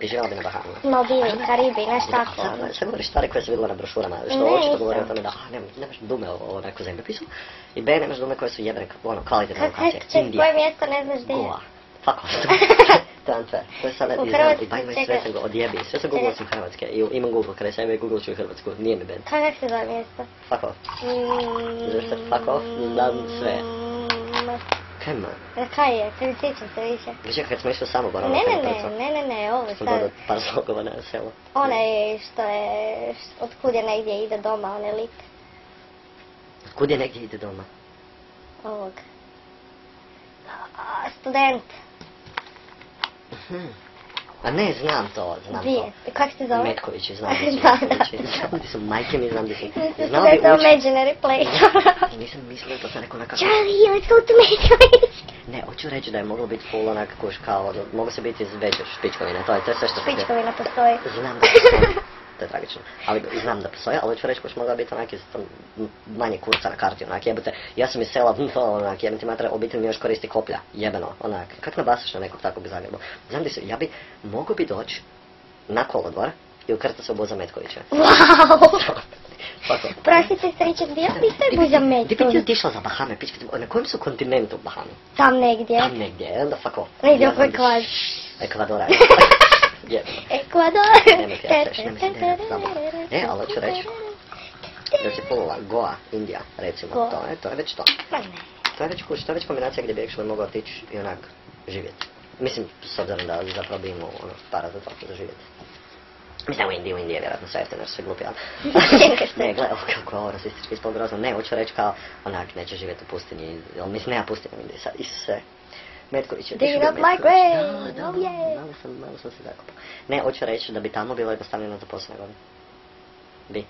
Speaker 1: I živjela bi na Bahamima.
Speaker 2: Maldivi, Karibi, nešto
Speaker 1: Da,
Speaker 2: tako.
Speaker 1: da, Sve govoriš stvari koje se vidjela na brošurama, što
Speaker 2: ono? Ne,
Speaker 1: očito
Speaker 2: nisam.
Speaker 1: govori o tome da a, nema- nemaš dume o, o nekom zemljopisu i B, nemaš dume koje su jebene, ono, kvalitetne
Speaker 2: Kako
Speaker 1: lokacije.
Speaker 2: ček,
Speaker 1: Indija,
Speaker 2: koje mjesto ne znaš gdje je?
Speaker 1: Goa. Fuck off. Transfer. To je sada
Speaker 2: U
Speaker 1: i znam,
Speaker 2: Hrvatskoj,
Speaker 1: i by my
Speaker 2: čekaj.
Speaker 1: sve sam go odjebi. Sve sam googlao sam Hrvatske. I imam Google kraj sebe i googlao ću i Hrvatsku. Nije mi ben.
Speaker 2: Kaj, kak se zove mjesto?
Speaker 1: Fuck off.
Speaker 2: Mm,
Speaker 1: Zašto fuck off? Znam sve.
Speaker 2: mm,
Speaker 1: Kaj ma?
Speaker 2: a Kaj je? Kaj ne sjećam se više.
Speaker 1: Znači kad smo išli samo
Speaker 2: Ne,
Speaker 1: barano na
Speaker 2: ne,
Speaker 1: Tempercu.
Speaker 2: ne, ne, ne, ne, ovo
Speaker 1: Sam
Speaker 2: sad.
Speaker 1: dodao par slogova na selo.
Speaker 2: Onaj što je, š- od kud je negdje ide doma, onaj lik
Speaker 1: Kud je negdje ide doma?
Speaker 2: ovog. A, student,
Speaker 1: Mhm. A ne, znam to, znam
Speaker 2: dvije,
Speaker 1: to.
Speaker 2: kak se zove?
Speaker 1: Metkovići, znam gdje su
Speaker 2: Da, da.
Speaker 1: Metkovići. Znam gdje su majke mi, znam gdje su.
Speaker 2: Mislim
Speaker 1: Znao
Speaker 2: da
Speaker 1: bi
Speaker 2: je to
Speaker 1: ući.
Speaker 2: imaginary place.
Speaker 1: Nisam mislio, to sam rekao nekako.
Speaker 2: Charlie, let's go to Metković.
Speaker 1: Ne, hoću reći da je moglo biti full onak kuš kao, ono, moglo se biti veće špičkovine, to je, to je sve što sam htio.
Speaker 2: Pičkovina postoji.
Speaker 1: Znam da postoji. To je tragično. Ali znam da postoji, ali ću reći baš mogla biti onak iz tam manje kurca na karti, onak jebute. Ja sam iz sela, hm, to onak jebem ti matra, obitelj mi još koristi koplja, jebeno, onak. Kak nabasiš na nekog takvog u Zagrebu? Znam da se, ja bi, mogao bi doći na kolodvor i ukrta se u Boza Metkovića.
Speaker 2: Wow!
Speaker 1: Pa to.
Speaker 2: Prosti sestriček, bio bi to je Buza
Speaker 1: Gdje bi ti
Speaker 2: Metković.
Speaker 1: otišla za Bahame, pička ti, na kojem su kontinentu Bahame?
Speaker 2: Tam negdje.
Speaker 1: Tam negdje, onda fuck off.
Speaker 2: Negdje
Speaker 1: Ja
Speaker 2: oko
Speaker 1: znam da- Ekvadora.
Speaker 2: Ekvadora.
Speaker 1: Jebeno.
Speaker 2: Ekvador.
Speaker 1: Nemoj ti ja sreći, nemoj se derati za mnom. E, ali hoću reći. Još je polula Goa, Indija, recimo.
Speaker 2: Goa.
Speaker 1: To je, to je već to.
Speaker 2: Ma ne.
Speaker 1: To je već kuć, to je već kombinacija gdje bi actually mogao otići i onak živjeti. Mislim, s obzirom da zapravo bi imao ono, para za to za živjeti. Mislim, u Indiji, u Indiji je vjerojatno sve jeftino, jer su svi glupi, ali... ne, gle, ovo kako je ovo rasistički ispod grozno. Ne, hoću reći kao, onak, neće živjeti u pustinji. Jel, mislim, nema pustinje u Indiji sad, Isuse. Metković je
Speaker 2: Dig
Speaker 1: otišao
Speaker 2: it
Speaker 1: bio
Speaker 2: up like
Speaker 1: Metković.
Speaker 2: rain,
Speaker 1: Da, da,
Speaker 2: oh yeah.
Speaker 1: Malo sam, malo sam se zakopao. Ne, hoću reći da bi tamo bilo jednostavnije naći posao nego ovdje. Bi.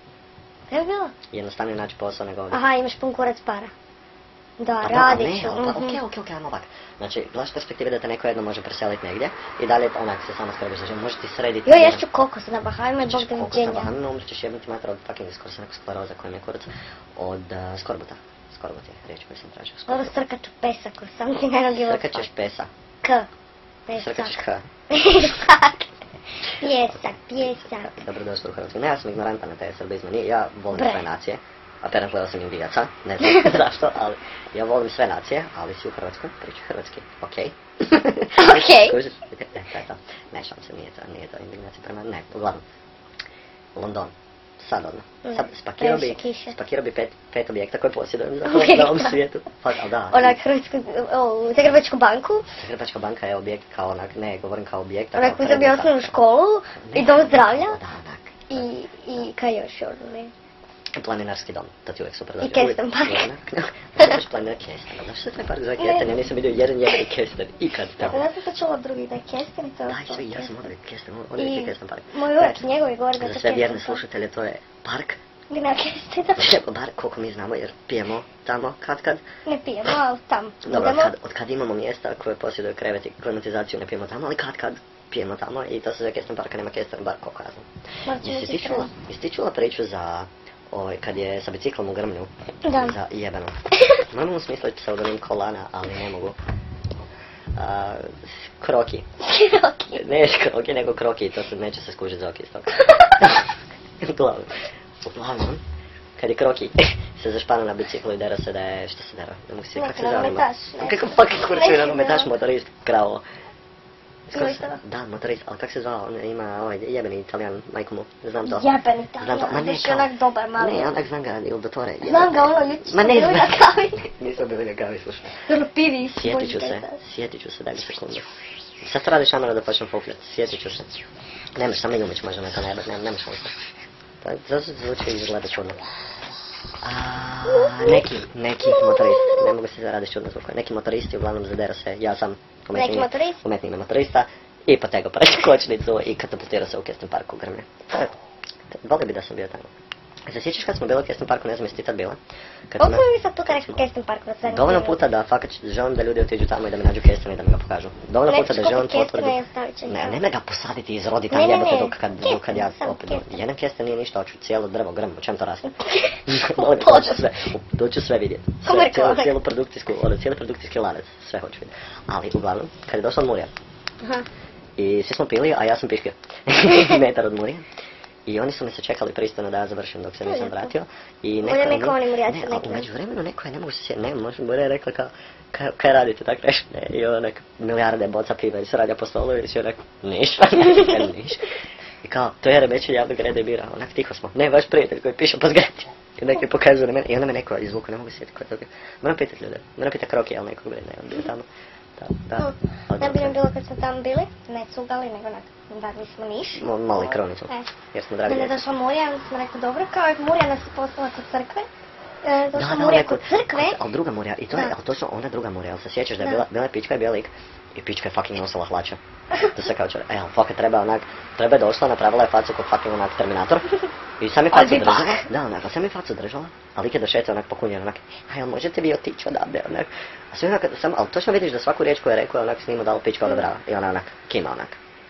Speaker 2: Kaj bi bilo?
Speaker 1: Jednostavnije naći posao nego ovdje.
Speaker 2: Aha, imaš pun kurac para. Da,
Speaker 1: Pa da, ali
Speaker 2: radit ću.
Speaker 1: Ne, ali pa,
Speaker 2: mhm.
Speaker 1: okej, okej, okej, ajmo ovak. Znači, gledaš perspektive da te neko jedno može preseliti negdje i dalje onak se samo skrbiš, znači možeš ti srediti... Znači,
Speaker 2: Jo, ješću kokos na Bahajima i Bog da
Speaker 1: Koliko sam
Speaker 2: viđenja.
Speaker 1: vam, umrit ćeš jebati matra od fucking skoro sam rekao skleroza koja mi je kurac, od eh, skorbuta. Skorbut je riječ koju sam tražio.
Speaker 2: Dobro,
Speaker 1: skorbut.
Speaker 2: srkat ću pesak, ko sam ti ne radi
Speaker 1: Srkat ćeš pesa.
Speaker 2: K. Pesak.
Speaker 1: Srkat ćeš k.
Speaker 2: Pesak. Pjesak, pjesak.
Speaker 1: Dobrodošli u Hrvatsku. Ne, ja sam ignorantan na te srbizme. Nije, ja volim
Speaker 2: Bre.
Speaker 1: sve nacije. Apparently ja sam indijaca, ne znam zašto, ali ja volim sve nacije, ali si u Hrvatskoj, pričaj hrvatski, okej?
Speaker 2: Okej.
Speaker 1: Kužiš? E, to je to. Ne, šalim se, nije to, nije to indignacija prema, ne, uglavnom. London. Sad odmah.
Speaker 2: Ne,
Speaker 1: Sad spakirao bi,
Speaker 2: previše Mm. kiše.
Speaker 1: spakirao bi pet, pet objekta koje posjedujem za
Speaker 2: Objekta.
Speaker 1: na ovom svijetu. Pa, ali da.
Speaker 2: Onak Hrvatsku, o, Zagrebačku banku.
Speaker 1: Zagrebačka banka je objekt kao onak, ne, govorim kao objekt.
Speaker 2: Onak uzeo bi osnovnu školu i dom zdravlja.
Speaker 1: Da, onak.
Speaker 2: I, i kaj još je ono ne?
Speaker 1: Planinarski dom, to ti uvijek super dođe.
Speaker 2: I Kesten
Speaker 1: Uvijek
Speaker 2: park.
Speaker 1: plana. Hoćeš planinarski Kesten, znaš što je taj park za Kesten, ja nisam vidio jedan jedini Kesten, ikad tamo.
Speaker 2: Ja sam to čula od drugih da je Kesten,
Speaker 1: Da,
Speaker 2: to je
Speaker 1: ja
Speaker 2: to
Speaker 1: sam- ja sam
Speaker 2: Kesten.
Speaker 1: odvijek Kesten, on je
Speaker 2: I
Speaker 1: Kesten park.
Speaker 2: moj
Speaker 1: To je-
Speaker 2: uvijek i njegovi govori da je
Speaker 1: Za
Speaker 2: to
Speaker 1: sve
Speaker 2: Kesten
Speaker 1: vjerne
Speaker 2: park.
Speaker 1: slušatelje, to je park
Speaker 2: Gna Kestena.
Speaker 1: Evo, bar koliko mi znamo, jer pijemo tamo kad kad.
Speaker 2: Ne pijemo, ali tam
Speaker 1: Dobro, od
Speaker 2: budemo.
Speaker 1: kad, od kad imamo mjesta koje posjeduju krevet i klimatizaciju ne pijemo tamo, ali kad kad pijemo tamo i to se zove Kesten parka, nema Kesten bar koliko ja znam.
Speaker 2: Morat ćemo
Speaker 1: Jesi
Speaker 2: ići
Speaker 1: ti čula,
Speaker 2: stranu.
Speaker 1: jesi ti čula priču za ovaj, kad je sa biciklom u grmlju?
Speaker 2: Da.
Speaker 1: Za jebeno. Moramo smisliti pseudonim kolana, ali ne mogu. A, s- kroki.
Speaker 2: Široki.
Speaker 1: Ne kroki, nego kroki, to se neće se skužiti zoki iz toga. Uglavnom. Uglavnom, kad no. je kroki se zašpana na biciklu i dera se da je, što se dera? Ne mogu se,
Speaker 2: Neki
Speaker 1: kako se zove?
Speaker 2: nogometaš,
Speaker 1: Ma
Speaker 2: ne.
Speaker 1: Kako fucking kurčuje
Speaker 2: Neki
Speaker 1: nogometaš
Speaker 2: ja. da.
Speaker 1: motorist, kravo. Skoro se-
Speaker 2: Motorista.
Speaker 1: Da, motorist, ali kako se zvao? On ima ovaj jebeni italijan, majku mu, znam to.
Speaker 2: Jebeni
Speaker 1: Znam to,
Speaker 2: Italijan,
Speaker 1: ma ne
Speaker 2: baš je
Speaker 1: kao.
Speaker 2: onak dobar malo.
Speaker 1: Ne, onak znam ga, ili do tore.
Speaker 2: Znam ga, ono, ljudi
Speaker 1: Ma
Speaker 2: što
Speaker 1: ne
Speaker 2: bili na
Speaker 1: znam.
Speaker 2: kavi.
Speaker 1: Nisam bili na kavi, slušaj.
Speaker 2: Dobro, pivi i
Speaker 1: Sjetit ću se, sjetit ću se, daj mi sekundu. Sad se radi šamara da počnem fukljat, sjetit ću se. Nemaš, samo Ljumić može me to najebat, ne, nemaš šanse. Pa, zato se zvuči i izgleda čudno. A, neki, neki motoristi, ne mogu se radi čudno zvukove, neki motoristi uglavnom zadera se, ja sam umetni,
Speaker 2: Neki motorist?
Speaker 1: umetni ime motorista, i potegao preko kočnicu i katapultirao se u Kesten parku u Grmlje. To je- Volio bi da sam bio tamo. Se sjećaš kad smo bili u Kesten parku, ne znam jesi ti tad bila? Kad
Speaker 2: Koliko
Speaker 1: smo-
Speaker 2: mi sad puta rekao Kesten Park na zadnjem
Speaker 1: Dovoljno
Speaker 2: filmu?
Speaker 1: puta da fakat želim da ljudi otiđu tamo i da mi nađu kestena i da mi ga pokažu. Dovoljno
Speaker 2: Nećeš
Speaker 1: puta da želim
Speaker 2: kupit kestena
Speaker 1: potvrdu.
Speaker 2: i ostavit ćeš
Speaker 1: Ne,
Speaker 2: ga.
Speaker 1: ne me ga posaditi iz rodita
Speaker 2: Ne, ne,
Speaker 1: jebote
Speaker 2: ne,
Speaker 1: dok kad, dok kad ja
Speaker 2: kesten, samo
Speaker 1: opet dođem.
Speaker 2: kesten.
Speaker 1: Jedan kesten nije ništa, hoću cijelo drvo grm, u čem to raste?
Speaker 2: U
Speaker 1: Molim,
Speaker 2: podu.
Speaker 1: hoću sve, u- to ću sve vidjeti.
Speaker 2: Ko
Speaker 1: Sve,
Speaker 2: Marko
Speaker 1: cijelu,
Speaker 2: Oleg.
Speaker 1: cijelu produkcijsku, ono, cijeli produkcijski lanac, sve hoću vidjeti. Ali, uglavnom, kad je došla Murija,
Speaker 2: Aha.
Speaker 1: i svi smo pili, a ja sam piškio. Metar od Murija. I oni su me se čekali pristojno da ja završim dok se
Speaker 2: To je
Speaker 1: nisam
Speaker 2: lijepo.
Speaker 1: vratio. I
Speaker 2: Bolje
Speaker 1: je
Speaker 2: nego
Speaker 1: meni-
Speaker 2: oni Murijaci
Speaker 1: ne,
Speaker 2: od
Speaker 1: a
Speaker 2: nekima.
Speaker 1: u međuvremenu neko je, ne mogu se sjetiti, ne, može Murija je rekla kao, kaj, kaj radite tak nešto? Ne, I ono nek milijarde boca piva i se radja po stolu i sve rekao, ništa, ne, niš. I kao, to je remećen javnog reda i mira, onak tiho smo. Ne, vaš prijatelj koji piše po zgradi. I neki pokazuje na mene, i onda me neko izvuku, ne mogu se sjetiti ko je to bio. Moram pitati ljude, moram pitati Kroki, ali nekog brine, on bio tamo. Da, da. ali
Speaker 2: Ne bi
Speaker 1: dobro.
Speaker 2: nam bilo kad smo tamo bili, ne cugali, nego onak, radili smo niš.
Speaker 1: Mo- mali kronicu.
Speaker 2: E.
Speaker 1: Jer smo dragi
Speaker 2: Mene je
Speaker 1: djeca.
Speaker 2: došla Murija, mi smo rekli dobro, kao je Murija nas je poslala kod crkve. E, došla
Speaker 1: ona
Speaker 2: Murija
Speaker 1: neko-
Speaker 2: kod crkve.
Speaker 1: ali- Ali druga Murija, i to je,
Speaker 2: Da.
Speaker 1: ali točno ona druga Murija, ali se sjećaš da je
Speaker 2: Da.
Speaker 1: bila, bila je pička i bio lik, i pička je fucking nosila hlače. To se kao čar, e, ali fakat treba onak, treba je došla, napravila je facu kod fucking onak Terminator, i sam je facu
Speaker 2: Odbi
Speaker 1: držala,
Speaker 2: bak.
Speaker 1: da, onak, ali sam je facu držala, a lik je došetao onak pokunjen, onak, aj, ali možete vi otići odavde, onak, a sve onak, sam, ali točno vidiš da svaku riječ koju je rekao, je onak, s njima dal
Speaker 2: Mm.
Speaker 1: pička odobrava, i ona onak, kima onak,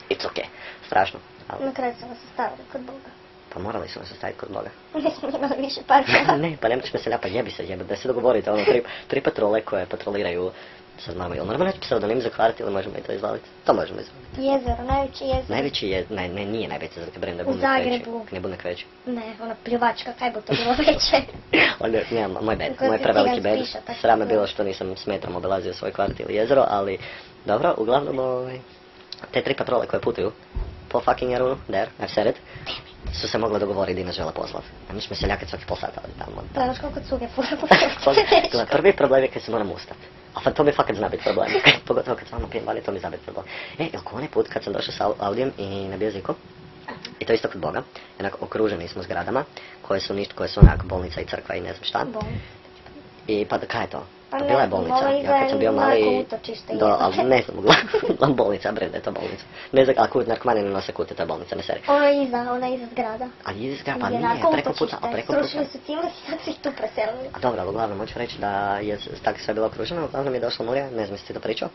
Speaker 1: it's okay, strašno, ali,
Speaker 2: Na kraju su nas ostavili kod Boga.
Speaker 1: pa morali su nas ostaviti kod Boga.
Speaker 2: Nismo imali više parka.
Speaker 1: ne, pa nemoš me se napad, jebi se jebe, da se dogovorite, ono, tri, tri patrole koje patroliraju sad znamo, jel moramo naći pseudonim za kvart ili možemo i to izvaliti? To možemo izvaliti.
Speaker 2: Jezero, najveće jezero.
Speaker 1: Najveći je, ne, ne, nije najveći, zato brem da
Speaker 2: U
Speaker 1: budem kreći.
Speaker 2: Zagrebu.
Speaker 1: Ne budem kreći.
Speaker 2: Ne, ona pljuvačka, kaj bi to bilo veće.
Speaker 1: Onda, ne, moj bed,
Speaker 2: Kako
Speaker 1: moj
Speaker 2: ti
Speaker 1: preveliki
Speaker 2: cigan
Speaker 1: bed.
Speaker 2: spiša, tako
Speaker 1: Sram me
Speaker 2: da.
Speaker 1: bilo što nisam s metrom obilazio svoj kvart ili jezero, ali dobro, uglavnom, ovaj, te tri patrole koje putuju po fucking Jarunu, there, I've said it, su se mogle dogovoriti da nas žele poslati. A mi smo se ljakati svaki pol sata ali tamo.
Speaker 2: Pa znaš koliko cuge fura po
Speaker 1: Pa, To- Gle, prvi problem je kad se moram ustati. A fa- to mi fakat zna biti problem. Pogotovo kad s vama pijem vani, to mi zna biti problem. E, jel ko onaj put kad sam došao sa au- audijem i na bioziku, i to isto kod Boga, onako okruženi smo zgradama, koje su ništa, koje su onak bolnica i crkva i ne znam šta. I pa da, kaj je to?
Speaker 2: Pa
Speaker 1: Pa
Speaker 2: ne
Speaker 1: bila je
Speaker 2: znam,
Speaker 1: bolnica.
Speaker 2: ovo
Speaker 1: Ja kad sam bio
Speaker 2: izgleda
Speaker 1: mali...
Speaker 2: narkoutočište
Speaker 1: Do,
Speaker 2: jedno.
Speaker 1: ali ne znam, uglavnom bolnica, bre, da je to bolnica. Ne znam, ali kut narkomani ne nose kute, to je bolnica, ne seri.
Speaker 2: Ona je iza, ona je iza zgrada.
Speaker 1: Ali iz zgrada, pa
Speaker 2: Gdje
Speaker 1: nije,
Speaker 2: onako
Speaker 1: preko puta,
Speaker 2: utočište.
Speaker 1: a preko puta.
Speaker 2: Srušili su cimrus i sad su ih tu preselili.
Speaker 1: A dobro, ali uglavnom hoću reći da je s- tak sve bilo okruženo, uglavnom je došla Murija, ne znam jesi ti to pričao.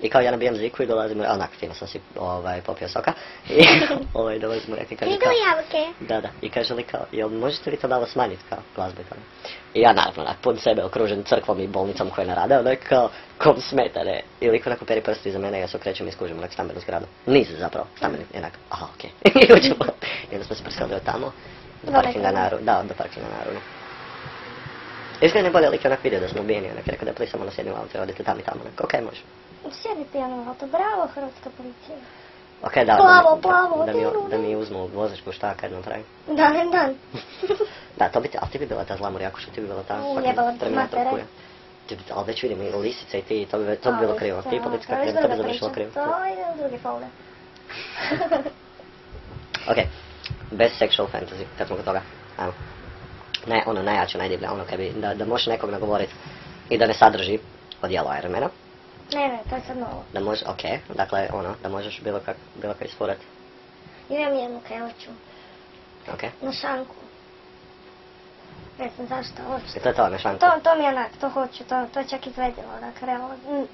Speaker 1: I kao ja nabijem ziku i dolazi Murija, onak fino sam si ovaj, popio soka. I ovaj, dolazi Murija i kaže kao...
Speaker 2: jabuke.
Speaker 1: Da, da, i kaže li kao, jel možete vi to malo smanjiti kao glazbe kao? I ja naravno, onak, pun sebe okružen crkvom i bolnicom koje ne rade, onak kao, kom smeta, ne? I lik onako peri prsti iza mene, ja se okrećem i skužim, onak, stambenu zgradu. Niz zapravo, stambeni, i onak, aha, okej. I uđemo. I onda smo se prskali od tamo, do
Speaker 2: Do
Speaker 1: parkinga
Speaker 2: Lekrana.
Speaker 1: na Aru- da, do parkinga na Arunu. Izgleda najbolje lik je onak vidio da smo ubijeni, onak je rekao da plisamo na sjednim auto i odete tamo i tamo, onak, okej, može.
Speaker 2: Sjedite ono auto, bravo hrvatska policija.
Speaker 1: Okej, da,
Speaker 2: Plavo,
Speaker 1: da, mi-
Speaker 2: plavo,
Speaker 1: da, da, mi,
Speaker 2: odjedu,
Speaker 1: da mi uzmu vozačku šta kad napravim.
Speaker 2: Dan, dan.
Speaker 1: Da, to bi ti, ali ti bi bila ta zla Murjakuša, ti bi bila ta
Speaker 2: U,
Speaker 1: fucking
Speaker 2: jebala bi ti
Speaker 1: Terminator
Speaker 2: matere.
Speaker 1: kuja. Ti bi, ali već vidim i lisica i ti, to bi, to bi bilo
Speaker 2: Ali Pa
Speaker 1: krivo. Ti i
Speaker 2: to-
Speaker 1: politika
Speaker 2: to je
Speaker 1: krivo, to bi
Speaker 2: druga
Speaker 1: završilo krivo.
Speaker 2: priča. To ide u druge folder.
Speaker 1: Ok, bez sexual fantasy, kad smo kod toga. Ajmo. ne, ono najjače, najdeblje, ono kaj bi, da, da možeš nekog nagovoriti i da ne sadrži odjelo Ironmana.
Speaker 2: Ne, ne, to je sad novo.
Speaker 1: Da možeš, ok, dakle, ono, da možeš bilo, kak, bilo kaj isfurati.
Speaker 2: Imam jednu kaj hoću.
Speaker 1: Ok.
Speaker 2: Na šanku. Ne znam zašto, hoću.
Speaker 1: I to je to, na šanku.
Speaker 2: To, to mi je onak, to hoću, to, to je čak izvedeno, onak, realno. mm,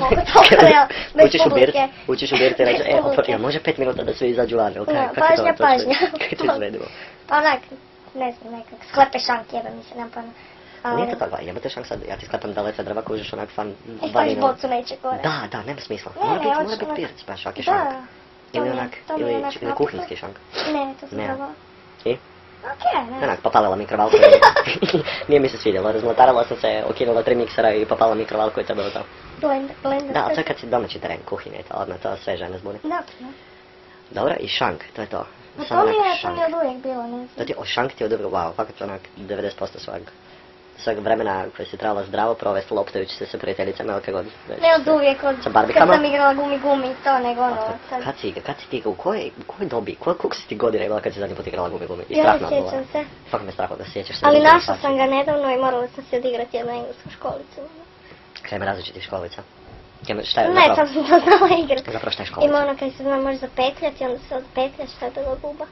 Speaker 2: Pogotovo ja, bez
Speaker 1: učiš ubirti,
Speaker 2: pobuke.
Speaker 1: učiš ubirti i reći,
Speaker 2: Bez
Speaker 1: e,
Speaker 2: pobuke.
Speaker 1: opa, ja, može pet minuta da svi izađu van, ili kaj,
Speaker 2: Da,
Speaker 1: kak je to,
Speaker 2: pažnja,
Speaker 1: to će biti-
Speaker 2: pažnja.
Speaker 1: kaj ti izvedemo?
Speaker 2: Pa onak, ne znam, nekak, sklepe šank jebe mi se, nemam pojma. Ali-
Speaker 1: Nije to tako, jebate šank sad, ja ti sklepam da leca drva kužiš onak fan,
Speaker 2: E,
Speaker 1: van
Speaker 2: staviš bocu neće gore.
Speaker 1: Da, da, nema smisla.
Speaker 2: Ne,
Speaker 1: Mora
Speaker 2: ne,
Speaker 1: biti,
Speaker 2: hoću
Speaker 1: mora biti
Speaker 2: onak-
Speaker 1: pirac, baš, svaki
Speaker 2: Da,
Speaker 1: šank.
Speaker 2: to
Speaker 1: Ili
Speaker 2: mi je-
Speaker 1: onak,
Speaker 2: to mi je
Speaker 1: ili,
Speaker 2: onak
Speaker 1: ili kuhinski
Speaker 2: napisano.
Speaker 1: šank.
Speaker 2: Ne, to sam
Speaker 1: Ne.
Speaker 2: probala.
Speaker 1: I?
Speaker 2: Okej, ne.
Speaker 1: E, Onak, popalila mikrovalku. Nije mi se svidjelo, razmlatarala sam se, okinula tri miksera i popala mikrovalku i to je bilo to.
Speaker 2: Blend, blend.
Speaker 1: Da, ali to je kad si domaći teren, kuhinje i to, odmah to sve žene zbuni.
Speaker 2: Da,
Speaker 1: Dobro, i šank, to je to.
Speaker 2: pa
Speaker 1: Samo
Speaker 2: to mi
Speaker 1: onak
Speaker 2: je, to mi je
Speaker 1: šank.
Speaker 2: od uvijek bilo, ne
Speaker 1: To
Speaker 2: znam.
Speaker 1: ti, Znači, o, šank ti je odobro, wow, fakat onak 90% svog, svog vremena koje si trebala zdravo provesti loptajući se sa prijateljicama ili kako god. već.
Speaker 2: Ne od uvijek, od
Speaker 1: Sa
Speaker 2: kad
Speaker 1: barbikama?
Speaker 2: sam igrala gumi gumi i to, nego ono,
Speaker 1: Kad,
Speaker 2: kad...
Speaker 1: kad, si, kad si ti, u kojoj, u kojoj dobi, koj, koliko si ti godina imala kad si zadnji put igrala gumi gumi? I
Speaker 2: Ja ne
Speaker 1: strah me odmah.
Speaker 2: sjećam se.
Speaker 1: Fak me strah da sjećaš se.
Speaker 2: Ali
Speaker 1: različitih
Speaker 2: našla sam
Speaker 1: stvari.
Speaker 2: ga nedavno i morala sam se odigrati jednu englesku školicu.
Speaker 1: Kaj ima različitih školica? Kaj ima, šta je,
Speaker 2: Ne,
Speaker 1: zapravo,
Speaker 2: sam se to znala igrati.
Speaker 1: zapravo šta je
Speaker 2: Ima
Speaker 1: školica?
Speaker 2: ono kaj se zna, možeš zapetljati, onda se odpetljaš, to je bila guba.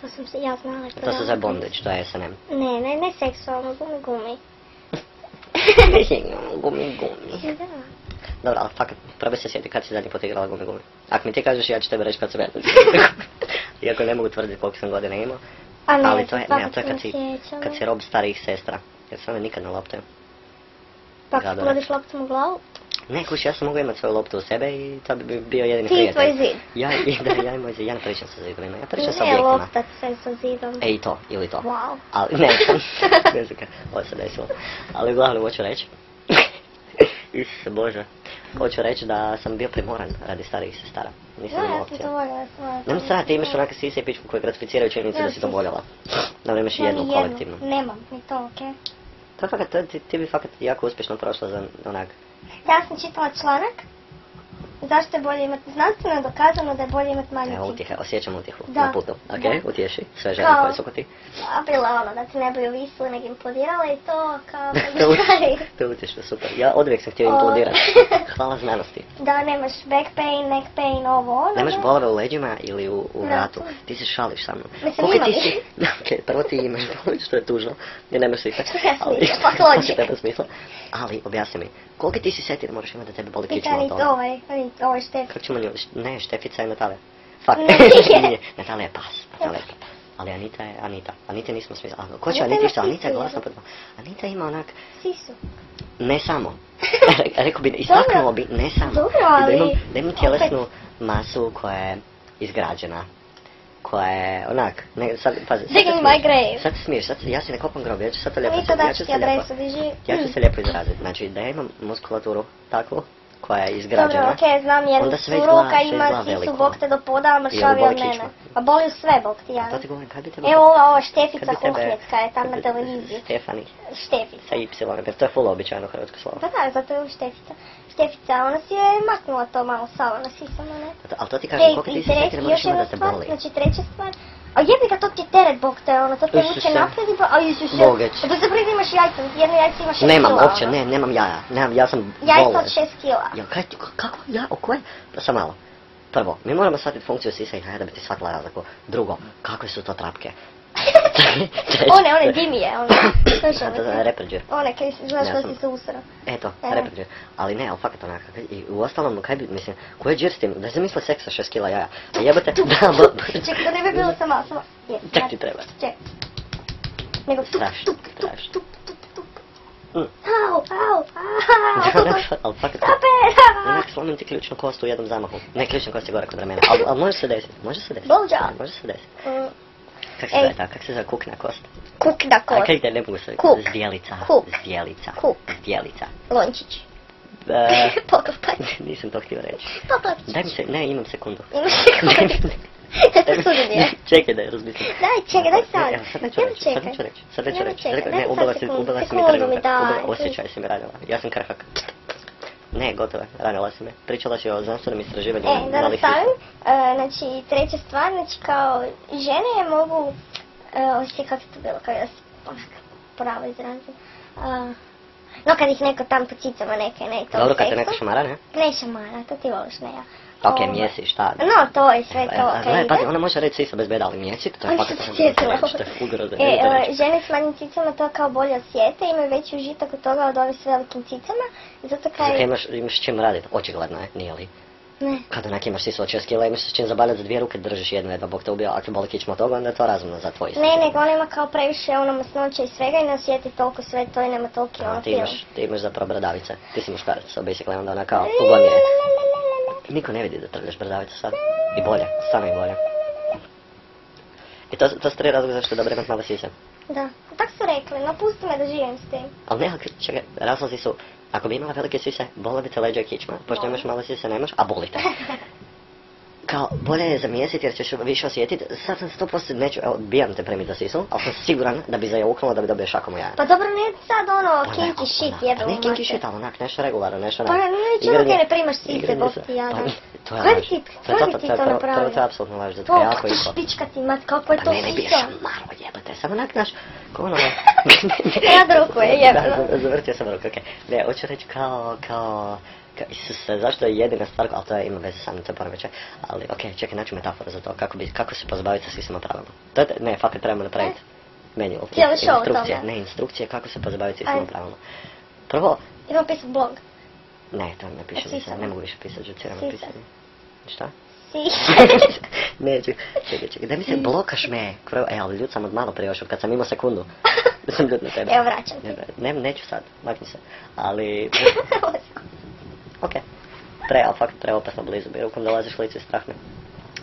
Speaker 2: To sam se, ja znala.
Speaker 1: To se
Speaker 2: je
Speaker 1: zove
Speaker 2: ono.
Speaker 1: bondage, to je SNM.
Speaker 2: Ne, ne, ne seksualno, gumi gumi.
Speaker 1: gumi gumi.
Speaker 2: Da.
Speaker 1: Dobro, ali fakat, probaj se sjeti kad si zadnji put igrala gumi gumi. Ako mi ti kažeš, ja ću tebi reći kad sam ja. Iako ne mogu tvrditi koliko sam godina imao.
Speaker 2: A Pa ne,
Speaker 1: ali to je,
Speaker 2: sad
Speaker 1: ne,
Speaker 2: fakat
Speaker 1: to je
Speaker 2: se
Speaker 1: kad si,
Speaker 2: sjećam.
Speaker 1: kad si rob starijih sestra. Jer se one nikad ne loptaju.
Speaker 2: Pa
Speaker 1: Da,
Speaker 2: kad
Speaker 1: da.
Speaker 2: pogodiš loptom u glavu,
Speaker 1: Ne, kuš, ja sam mogao imati svoju loptu u sebe i to bi bi bio jedini
Speaker 2: Ti i tvoj
Speaker 1: prijatelj.
Speaker 2: zid.
Speaker 1: Ja, i, da, ja i moj zid, ja ne pričam sa zidovima, ja pričam sa
Speaker 2: ne
Speaker 1: objektima.
Speaker 2: loptat se sa zidom.
Speaker 1: E i to, ili to.
Speaker 2: Wow.
Speaker 1: Ali ne, ne znam kaj, ovo se desilo. Ali uglavnom hoću reći. Isuse Bože. Hoću reći da sam bio primoran radi starijih sestara. Nisam
Speaker 2: Ne,
Speaker 1: imao
Speaker 2: ja sam to
Speaker 1: opcija.
Speaker 2: voljela svoje.
Speaker 1: Nemam strah, ti imaš onaka sise i pičku koje gratificiraju činjenicu
Speaker 2: Nemam
Speaker 1: da si to
Speaker 2: sise.
Speaker 1: voljela. Dobro, imaš
Speaker 2: Nemam
Speaker 1: jednu
Speaker 2: ni
Speaker 1: kolektivnu.
Speaker 2: Nemam, ni to, okej.
Speaker 1: To je fakat, to ti, ti bi fakat jako uspješno prošla za onak.
Speaker 2: Ja sam čitala članak. Zašto je bolje imati, znanstveno je dokazano da je bolje imati manje
Speaker 1: Evo
Speaker 2: čip.
Speaker 1: utjehe, osjećam utjehu
Speaker 2: Da.
Speaker 1: na putu. Ok,
Speaker 2: Da.
Speaker 1: utješi sve žene
Speaker 2: Kao-
Speaker 1: koje su kod ti.
Speaker 2: A bila ono da ti ne bi uvisili, nego implodirala i to kao
Speaker 1: To je-
Speaker 2: pozdravljaju.
Speaker 1: To je utješno, super. Ja odvijek sam htio
Speaker 2: O.
Speaker 1: implodirati. Hvala znanosti.
Speaker 2: Da nemaš back pain, neck pain, ovo ono.
Speaker 1: Nemaš bolove u leđima ili u, u
Speaker 2: Da.
Speaker 1: vratu. Ti se šališ sa mnom.
Speaker 2: Mislim,
Speaker 1: Koliko ti
Speaker 2: imam
Speaker 1: si...
Speaker 2: ih.
Speaker 1: Da, okej, prvo ti imaš bolove, što je tužno. Ne nemaš smisla.
Speaker 2: Što nema
Speaker 1: Ali-
Speaker 2: smisla, Pa fuck logic.
Speaker 1: Što nema smisla. Ali, objasni mi, koliko ti si seti da moraš imati da tebe boli kičma
Speaker 2: Pitani
Speaker 1: od
Speaker 2: to
Speaker 1: toga?
Speaker 2: ovaj, ovaj štep.
Speaker 1: Kako ćemo nju... Ne, Štefica je Natalija. Fuck.
Speaker 2: Ne.
Speaker 1: Nije. Natalija je pas. Natalija je pas. Ali Anita je Anita. Anita nismo smisla. A, ko će
Speaker 2: Anita
Speaker 1: Anita
Speaker 2: ima
Speaker 1: što? Anita je
Speaker 2: sisu,
Speaker 1: glasna
Speaker 2: jebote.
Speaker 1: pod... Anita ima onak...
Speaker 2: Sisu.
Speaker 1: Ne samo. Re- Rekao bi, istaknuo bi, ne samo.
Speaker 2: Dobro,
Speaker 1: I Da
Speaker 2: ali
Speaker 1: imam, da imam
Speaker 2: opet-
Speaker 1: tjelesnu masu koja je izgrađena. Koja je, onak, ne, sad, pazi, sad se
Speaker 2: Digging my
Speaker 1: smiješ.
Speaker 2: grave.
Speaker 1: Sad se smiješ, sad, se- ja si ne kopam grob, ja ću sad to lijepo,
Speaker 2: Mi sad
Speaker 1: ja ću
Speaker 2: daš ti
Speaker 1: se lijepo,
Speaker 2: adresu, diži.
Speaker 1: ja ću se lijepo
Speaker 2: Hmm.
Speaker 1: izraziti. Znači, da ja imam muskulaturu takvu, koja je izgrađena.
Speaker 2: Dobro, okej, znam
Speaker 1: onda
Speaker 2: jer
Speaker 1: sve
Speaker 2: su
Speaker 1: izgleda-
Speaker 2: ruka
Speaker 1: sve izgleda
Speaker 2: ima sisu,
Speaker 1: veliko. ono.
Speaker 2: bog te do poda, a
Speaker 1: Jel
Speaker 2: mršavi
Speaker 1: boli
Speaker 2: od mene.
Speaker 1: kičma?
Speaker 2: Pa boli sve, bog ti ja.
Speaker 1: A to ti govorim, kad bi tebe...
Speaker 2: Evo ova, ova
Speaker 1: kad
Speaker 2: štefica
Speaker 1: bi tebe-
Speaker 2: kuhnjecka je tam
Speaker 1: kad
Speaker 2: na
Speaker 1: bi-
Speaker 2: televiziji.
Speaker 1: Stefani,
Speaker 2: Štefica.
Speaker 1: sa Y, jer to je full običajno hrvatsko slovo.
Speaker 2: Pa da, zato je štefica. Štefica, ona si je maknula to malo samo na sisama, ne?
Speaker 1: Zato- Ali to ti
Speaker 2: E,
Speaker 1: kažem, koliko
Speaker 2: i
Speaker 1: ti se
Speaker 2: tre-
Speaker 1: sjeti da
Speaker 2: još
Speaker 1: moraš imati
Speaker 2: jedna
Speaker 1: da te
Speaker 2: stvar,
Speaker 1: boli.
Speaker 2: Znači treća stvar, a jebi ga to ti je teret, bog te, ono, to te
Speaker 1: Isuse.
Speaker 2: vuče naprijed, i ba- a Isuse,
Speaker 1: Boga će.
Speaker 2: a bez briga imaš jajca, jedno jajce ima šest
Speaker 1: Nemam,
Speaker 2: kila,
Speaker 1: uopće,
Speaker 2: ono.
Speaker 1: ne, nemam jaja, nemam, ja sam
Speaker 2: Jajca
Speaker 1: bolan.
Speaker 2: od šest kila.
Speaker 1: Ja, kaj ti, kako, ja, o koje? Pa sam malo. Prvo, mi moramo shvatiti funkciju sisa i jaja da bi ti shvatila razliku. Drugo, kakve su to trapke? Treće-
Speaker 2: One, one dimije, one, znaš
Speaker 1: Da, da,
Speaker 2: one,
Speaker 1: reprđe.
Speaker 2: ono. one, kaj si- znaš
Speaker 1: Ja
Speaker 2: da
Speaker 1: sam-
Speaker 2: ti se usra.
Speaker 1: Eto,
Speaker 2: E.
Speaker 1: reprđe. Ali ne, ali fakat onaka. I u ostalom, kaj bi, mislim, ko je džir s tim? Da se misle seksa šest kila jaja. A jebate, da, ba,
Speaker 2: Ček, to ne bi bilo samo, samo, je,
Speaker 1: Tak
Speaker 2: sad,
Speaker 1: ti treba.
Speaker 2: Ček. Nego tup,
Speaker 1: Strašno,
Speaker 2: tup, tup,
Speaker 1: strašno.
Speaker 2: tup, tup, tup.
Speaker 1: Mm.
Speaker 2: Au, au,
Speaker 1: Da, onak,
Speaker 2: au.
Speaker 1: ali fakat,
Speaker 2: Kape! Pa-
Speaker 1: onak slomim ti ključnu kost u jednom zamahu. Ne, ključna kost je gore kod ramena. Ali, ali može se desiti, može se desiti.
Speaker 2: Blowjob.
Speaker 1: Može se desiti.
Speaker 2: Mm,
Speaker 1: Kak se
Speaker 2: Ej.
Speaker 1: zove ta, kak se zove kukna kost?
Speaker 2: Kukna
Speaker 1: A
Speaker 2: kost.
Speaker 1: kaj da ne mogu se...
Speaker 2: Kuk.
Speaker 1: Zdjelica.
Speaker 2: Kuk.
Speaker 1: Zdjelica.
Speaker 2: Kuk.
Speaker 1: Zdjelica.
Speaker 2: Lončić.
Speaker 1: E,
Speaker 2: Pokopaj.
Speaker 1: nisam to htio reći.
Speaker 2: Popović.
Speaker 1: Daj mi se, ne, imam sekundu.
Speaker 2: Imaš sekundu.
Speaker 1: Daj mi-
Speaker 2: Suđenje.
Speaker 1: Čekaj da je razmislim.
Speaker 2: Daj, čekaj, daj sad.
Speaker 1: Evo, sad neću
Speaker 2: Evo,
Speaker 1: reći, sad neću
Speaker 2: čekaj.
Speaker 1: reći, sad neću
Speaker 2: Evo,
Speaker 1: reći.
Speaker 2: čekaj,
Speaker 1: Rekla-
Speaker 2: daj
Speaker 1: Ne,
Speaker 2: sad
Speaker 1: ubila si,
Speaker 2: sekundu,
Speaker 1: ubila si mi
Speaker 2: sekundu mi
Speaker 1: trenutak.
Speaker 2: daj.
Speaker 1: Ubila- Osjećaj si mi ranila. Ja sam krhak. Ne, gotovo, je, ranila si me. Pričala si o znanstvenom istraživanju
Speaker 2: E, da
Speaker 1: malih sisa.
Speaker 2: nastavim. E, znači, treća stvar, znači kao žene mogu, e, osje, kako je to bilo, kao da se onak pravo izrazim. A, no kad ih neko tam po cicama neka ne i to
Speaker 1: Dobro, kad te e?
Speaker 2: seksu.
Speaker 1: neko šamara, ne?
Speaker 2: Ne šamara, to ti voliš, ne ja.
Speaker 1: Pa okej,
Speaker 2: e, Ovaj.
Speaker 1: mjesi, šta?
Speaker 2: No, to je sve
Speaker 1: E,
Speaker 2: to,
Speaker 1: a,
Speaker 2: okej.
Speaker 1: ne, pazi,
Speaker 2: ide.
Speaker 1: ona može reći sisa bez beda, ali mjesit, to je
Speaker 2: Oni
Speaker 1: fakat
Speaker 2: su se
Speaker 1: ugroza
Speaker 2: sjetila.
Speaker 1: reći, to je ugroza,
Speaker 2: E,
Speaker 1: nemojte
Speaker 2: e,
Speaker 1: reći.
Speaker 2: žene s manjim cicama to kao bolje osjete, imaju veći užitak od toga od ovih s velikim cicama, zato kaj...
Speaker 1: Zato imaš, imaš s čim radit, očigledno je, nije li?
Speaker 2: Ne.
Speaker 1: Kad onak imaš sisu od 6 kila, imaš se s čim zabavljati za dvije ruke, držiš jednu, jedva bog te ubio, ako boli kičma od toga, onda je to razumno za tvoj
Speaker 2: Ne, nego ona ima kao previše ono masnoće i svega i ne osjeti toliko sve to i nema toliki ono
Speaker 1: A, ti
Speaker 2: film.
Speaker 1: imaš, ti imaš zapravo bradavice, ti si muškarac, so basically onda ona kao,
Speaker 2: Ne, ne,
Speaker 1: pogonije.
Speaker 2: ne, ne, ne, ne, ne.
Speaker 1: Niko ne vidi da trljaš bradavice sad. I bolje, stvarno i bolje. I to, to su tri razloga zašto je dobro imat male sise.
Speaker 2: Da, tak su rekli, no pusti me da živim s tim.
Speaker 1: Ali ne, ali čekaj, razlozi su, ako bi imala velike sise, bola bi te leđa i kičma, pošto imaš male sise, nemaš, a boli te. Kao, bolje je zamijesiti jer ćeš više osjetiti, sad sam 100% neću, evo, bijam te premi za sisu, ali sam siguran da bi zajauknulo da bi dobio šakom u jaja.
Speaker 2: Pa dobro, ne sad ono
Speaker 1: Pa ne,
Speaker 2: kinky
Speaker 1: pa
Speaker 2: shit
Speaker 1: ne,
Speaker 2: jebe
Speaker 1: pa
Speaker 2: u
Speaker 1: Ne kinky
Speaker 2: mater.
Speaker 1: shit, ali onak nešto regularno, nešto
Speaker 2: Pa
Speaker 1: onak.
Speaker 2: ne, čudno
Speaker 1: igranje-
Speaker 2: ti ne primaš sise,
Speaker 1: igranje
Speaker 2: bog
Speaker 1: sa-
Speaker 2: ti jadan.
Speaker 1: Pa ne, to je
Speaker 2: Koji
Speaker 1: laž.
Speaker 2: ti-
Speaker 1: To je
Speaker 2: koji
Speaker 1: to-
Speaker 2: ti
Speaker 1: to je
Speaker 2: to
Speaker 1: prvo-
Speaker 2: napravio?
Speaker 1: Prvo to je apsolutno laž, zato
Speaker 2: To,
Speaker 1: je jako
Speaker 2: kako ćeš
Speaker 1: isto.
Speaker 2: pičkati mat, kako je
Speaker 1: Pa
Speaker 2: to
Speaker 1: ne, ne biješ
Speaker 2: sisa?
Speaker 1: malo jebate, samo onak znaš, ko ono...
Speaker 2: Ja drugu je, jebeno.
Speaker 1: Da, za- Zavrtio sam ruku, okej. Ne, hoću reći kao, kao... kao- Isuse, zašto je jedina stvar, ali to je ima veze sa mnom, to je poremećaj. Ali, okej, čekaj, naću metaforu za to, kako, bi, kako se pozbaviti sa sisama pravilno. To je, ne, fakat trebamo napraviti menu.
Speaker 2: Cijeli show o tome.
Speaker 1: Instrukcije, ne, instrukcije kako se pozabaviti
Speaker 2: Ajde.
Speaker 1: sisama pravilno. Prvo,
Speaker 2: Imam pisat blog.
Speaker 1: ne, to ne pišem,
Speaker 2: Sisa.
Speaker 1: nisam, ne mogu više pisati, žuciram
Speaker 2: Sisa.
Speaker 1: pisanje. Šta?
Speaker 2: Sisa.
Speaker 1: Neću, čekaj, čekaj, da mi se blokaš me, krv, e, ali ljud sam od malo prije još, od kad sam imao sekundu, da sam ljud na tebe.
Speaker 2: Evo, vraćam ti.
Speaker 1: Ne, ne, neću sad, makni se, ali, ok, pre, ali fakt preopasno blizu, jer ukom dolaziš lice, strah me.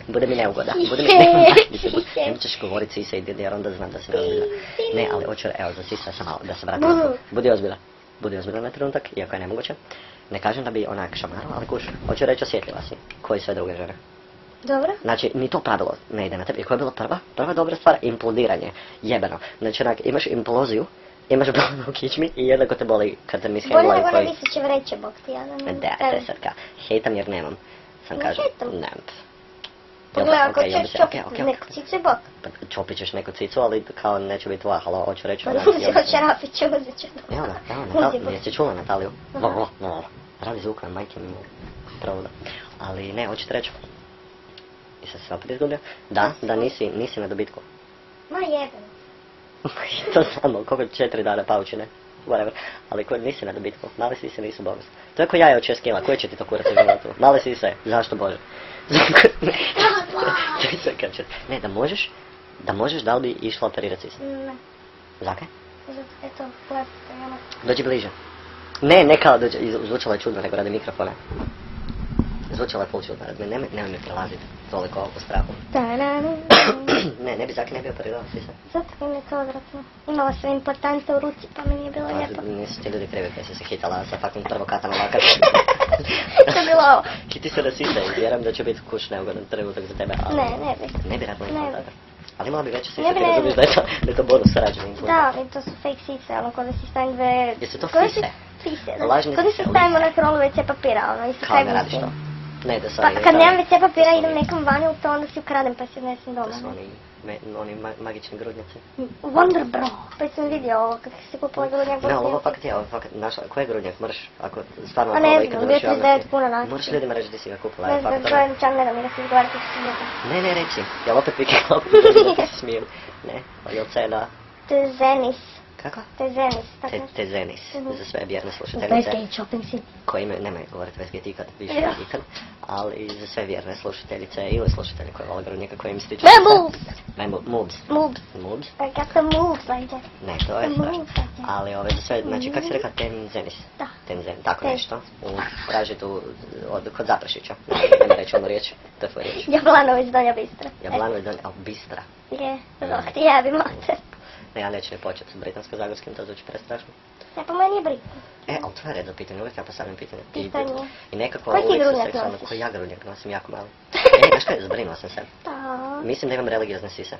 Speaker 1: Bude mi neugoda, bude mi
Speaker 2: Sise,
Speaker 1: makni se,
Speaker 2: sise.
Speaker 1: ne ćeš govorit sisa i didi, jer onda znam da si neozbiljna.
Speaker 2: Sise.
Speaker 1: Ne, ali hoću, evo, za sisa sam malo, da se vratim.
Speaker 2: Budu.
Speaker 1: na to. Budi ozbiljna, budi ozbiljna na trenutak, iako je nemoguće. Ne kažem da bi onak šamarala, ali kuš, hoću reći osjetljiva si, koji sve druge žene.
Speaker 2: Dobro.
Speaker 1: Znači, ni to pravilo ne ide na tebi. I koja je bila prva? Prva dobra stvar, implodiranje. Jebeno. Znači, onak, imaš imploziju, imaš bolno u kičmi i jednako te boli kad te misli
Speaker 2: Bolje nego na viseće vreće, bog ti jadan.
Speaker 1: ovaj Da, te sad ka. Hejtam jer nemam. Sam
Speaker 2: Ne
Speaker 1: kažem,
Speaker 2: hejtam.
Speaker 1: nemam.
Speaker 2: Pogledaj, ako
Speaker 1: Okej, jebe
Speaker 2: ćeš
Speaker 1: se,
Speaker 2: čopiti
Speaker 1: okej,
Speaker 2: okay,
Speaker 1: okej,
Speaker 2: neku
Speaker 1: okej.
Speaker 2: cicu i bok.
Speaker 1: Pa, Čopit ćeš neku cicu, ali kao neće biti tvoja, halo, hoću reći.
Speaker 2: Pa
Speaker 1: onak,
Speaker 2: uzet
Speaker 1: jebe
Speaker 2: ću,
Speaker 1: se.
Speaker 2: čarapit ću, uzet ću.
Speaker 1: Evo ga, evo
Speaker 2: Uzet
Speaker 1: Natalija,
Speaker 2: bok.
Speaker 1: jesi čula Nataliju?
Speaker 2: Aha.
Speaker 1: Vrlo, vrlo. Radi zvuk na majke mi provoda. Ali ne, hoćete reći. I sad se opet izgubio. Da, da nisi, nisi na dobitku.
Speaker 2: Ma jebeno.
Speaker 1: to samo, koliko četiri dana paučine. Whatever. Ali ko, nisi na dobitku. Male sise nisu bolest. To je ko jaja od 6 kila. Koje će ti to kurac u životu? Male sise. Zašto Bože? Čekaj, čekaj, čekaj. ne, da možeš, da možeš, da li bi išla operirati sise?
Speaker 2: Ne,
Speaker 1: Zakaj?
Speaker 2: zato eto, glasite, ono.
Speaker 1: Dođi bliže. Ne, ne kao dođe, iz- zvučalo je čudno nego radi mikrofona. Zvučalo je pol čudno, radi, nemoj, nemoj mi prelaziti toliko ovo strahu.
Speaker 2: Ta-da-da.
Speaker 1: ne, ne bi zakaj ne bi operirala sise.
Speaker 2: Zato mi je to odvratno. Imala sam implantante u ruci, pa mi nije bilo
Speaker 1: Pa,
Speaker 2: lijepo.
Speaker 1: Nisu ti ljudi krivi koji su se hitala sa takvim prvokatan ovakav.
Speaker 2: To je bilo ovo.
Speaker 1: Kiti se rasita i vjerujem da će biti kuć neugodan trenutak za tebe. Ali
Speaker 2: Ne, ne bi.
Speaker 1: Ne bi radila
Speaker 2: Ne
Speaker 1: implantata. Ali imala bi veće sise,
Speaker 2: Ne bi,
Speaker 1: ti
Speaker 2: ne bi.
Speaker 1: razumiješ da je to, da je to bonus rađenje
Speaker 2: Da,
Speaker 1: implantata.
Speaker 2: ali to su fake sice, ono, kod da si stavim dve...
Speaker 1: Jesu to
Speaker 2: kod da si-
Speaker 1: fise?
Speaker 2: Fise,
Speaker 1: Lažne
Speaker 2: da. znači, Kod da si
Speaker 1: fise,
Speaker 2: stavim
Speaker 1: lise.
Speaker 2: onak rolu WC papira, ono, i sa
Speaker 1: Kao
Speaker 2: kaj
Speaker 1: ne radiš to. Ne, da su
Speaker 2: Pa
Speaker 1: oni-
Speaker 2: kad
Speaker 1: da-
Speaker 2: nemam WC papira
Speaker 1: da su
Speaker 2: idem
Speaker 1: oni-
Speaker 2: nekom vani u to, onda si ukradem pa si odnesem
Speaker 1: Da su
Speaker 2: doma.
Speaker 1: oni, me- oni ma- magični grudnjaci.
Speaker 2: Wonder Bro. Pa sam vidio ovo, kako se kupila godinja
Speaker 1: Ne, ali ovo fakat je, ovo fakat, naša, koji je grudnjak, moraš, ako stvarno
Speaker 2: A
Speaker 1: ako
Speaker 2: Pa ne
Speaker 1: ovaj kad
Speaker 2: znam,
Speaker 1: dođe
Speaker 2: 29
Speaker 1: javnosti,
Speaker 2: kuna nakon.
Speaker 1: Moraš ljudima reći da si ga kupila,
Speaker 2: Ne
Speaker 1: je
Speaker 2: znam,
Speaker 1: fakat
Speaker 2: to
Speaker 1: ono-
Speaker 2: je čan ne da mi da se izgovarati što sam rekla.
Speaker 1: Ne, ne, reci, jel opet vi kao, da se smijem, ne, jel cena,
Speaker 2: To je Zenis.
Speaker 1: kako?
Speaker 2: To je Zenis, tako
Speaker 1: Te,
Speaker 2: nešto.
Speaker 1: te Zenis,
Speaker 2: Mhm.
Speaker 1: za sve vjerne
Speaker 2: Bez
Speaker 1: slušateljice,
Speaker 2: gay shopping si.
Speaker 1: koji imaju, nemaju govoriti Vesgate ikad, više
Speaker 2: Ja.
Speaker 1: ikad, ali za sve vjerne slušateljice ili slušatelje koje vole grudnjaka koji im stiču.
Speaker 2: Ne, moves!
Speaker 1: Memo, moobs.
Speaker 2: Moves.
Speaker 1: Moobs?
Speaker 2: I got the moves like that.
Speaker 1: Ne, to je
Speaker 2: Moobs,
Speaker 1: strašno.
Speaker 2: da.
Speaker 1: Ali ove, za sve, znači, kako si rekla, tenzenis?
Speaker 2: Da.
Speaker 1: Tenzen, tako
Speaker 2: Ten-
Speaker 1: nešto. U, traži tu, od, kod Zaprešića. Ne, ne reći onu riječ, to je tvoja riječ.
Speaker 2: Jablanović Donja Bistra. E,
Speaker 1: Jablanović, Donja- a bistra.
Speaker 2: Je, zbog ti jebi mater.
Speaker 1: Ne, ja neću ni početi s britansko-zagorskim, to zvuči prestrašno.
Speaker 2: Ne, pa meni je briga.
Speaker 1: E, ali to je redno pitanje, uvijek ja postavljam pitanje. I-
Speaker 2: Pitanje.
Speaker 1: I nekako
Speaker 2: Koji ti
Speaker 1: uvijek su
Speaker 2: grudnjak
Speaker 1: seksualno,
Speaker 2: nosiš?
Speaker 1: koji ja grudnjak nosim jako malo. E, znaš kaj, zabrinuo sam se.
Speaker 2: Da.
Speaker 1: Mislim da imam religiozne sise.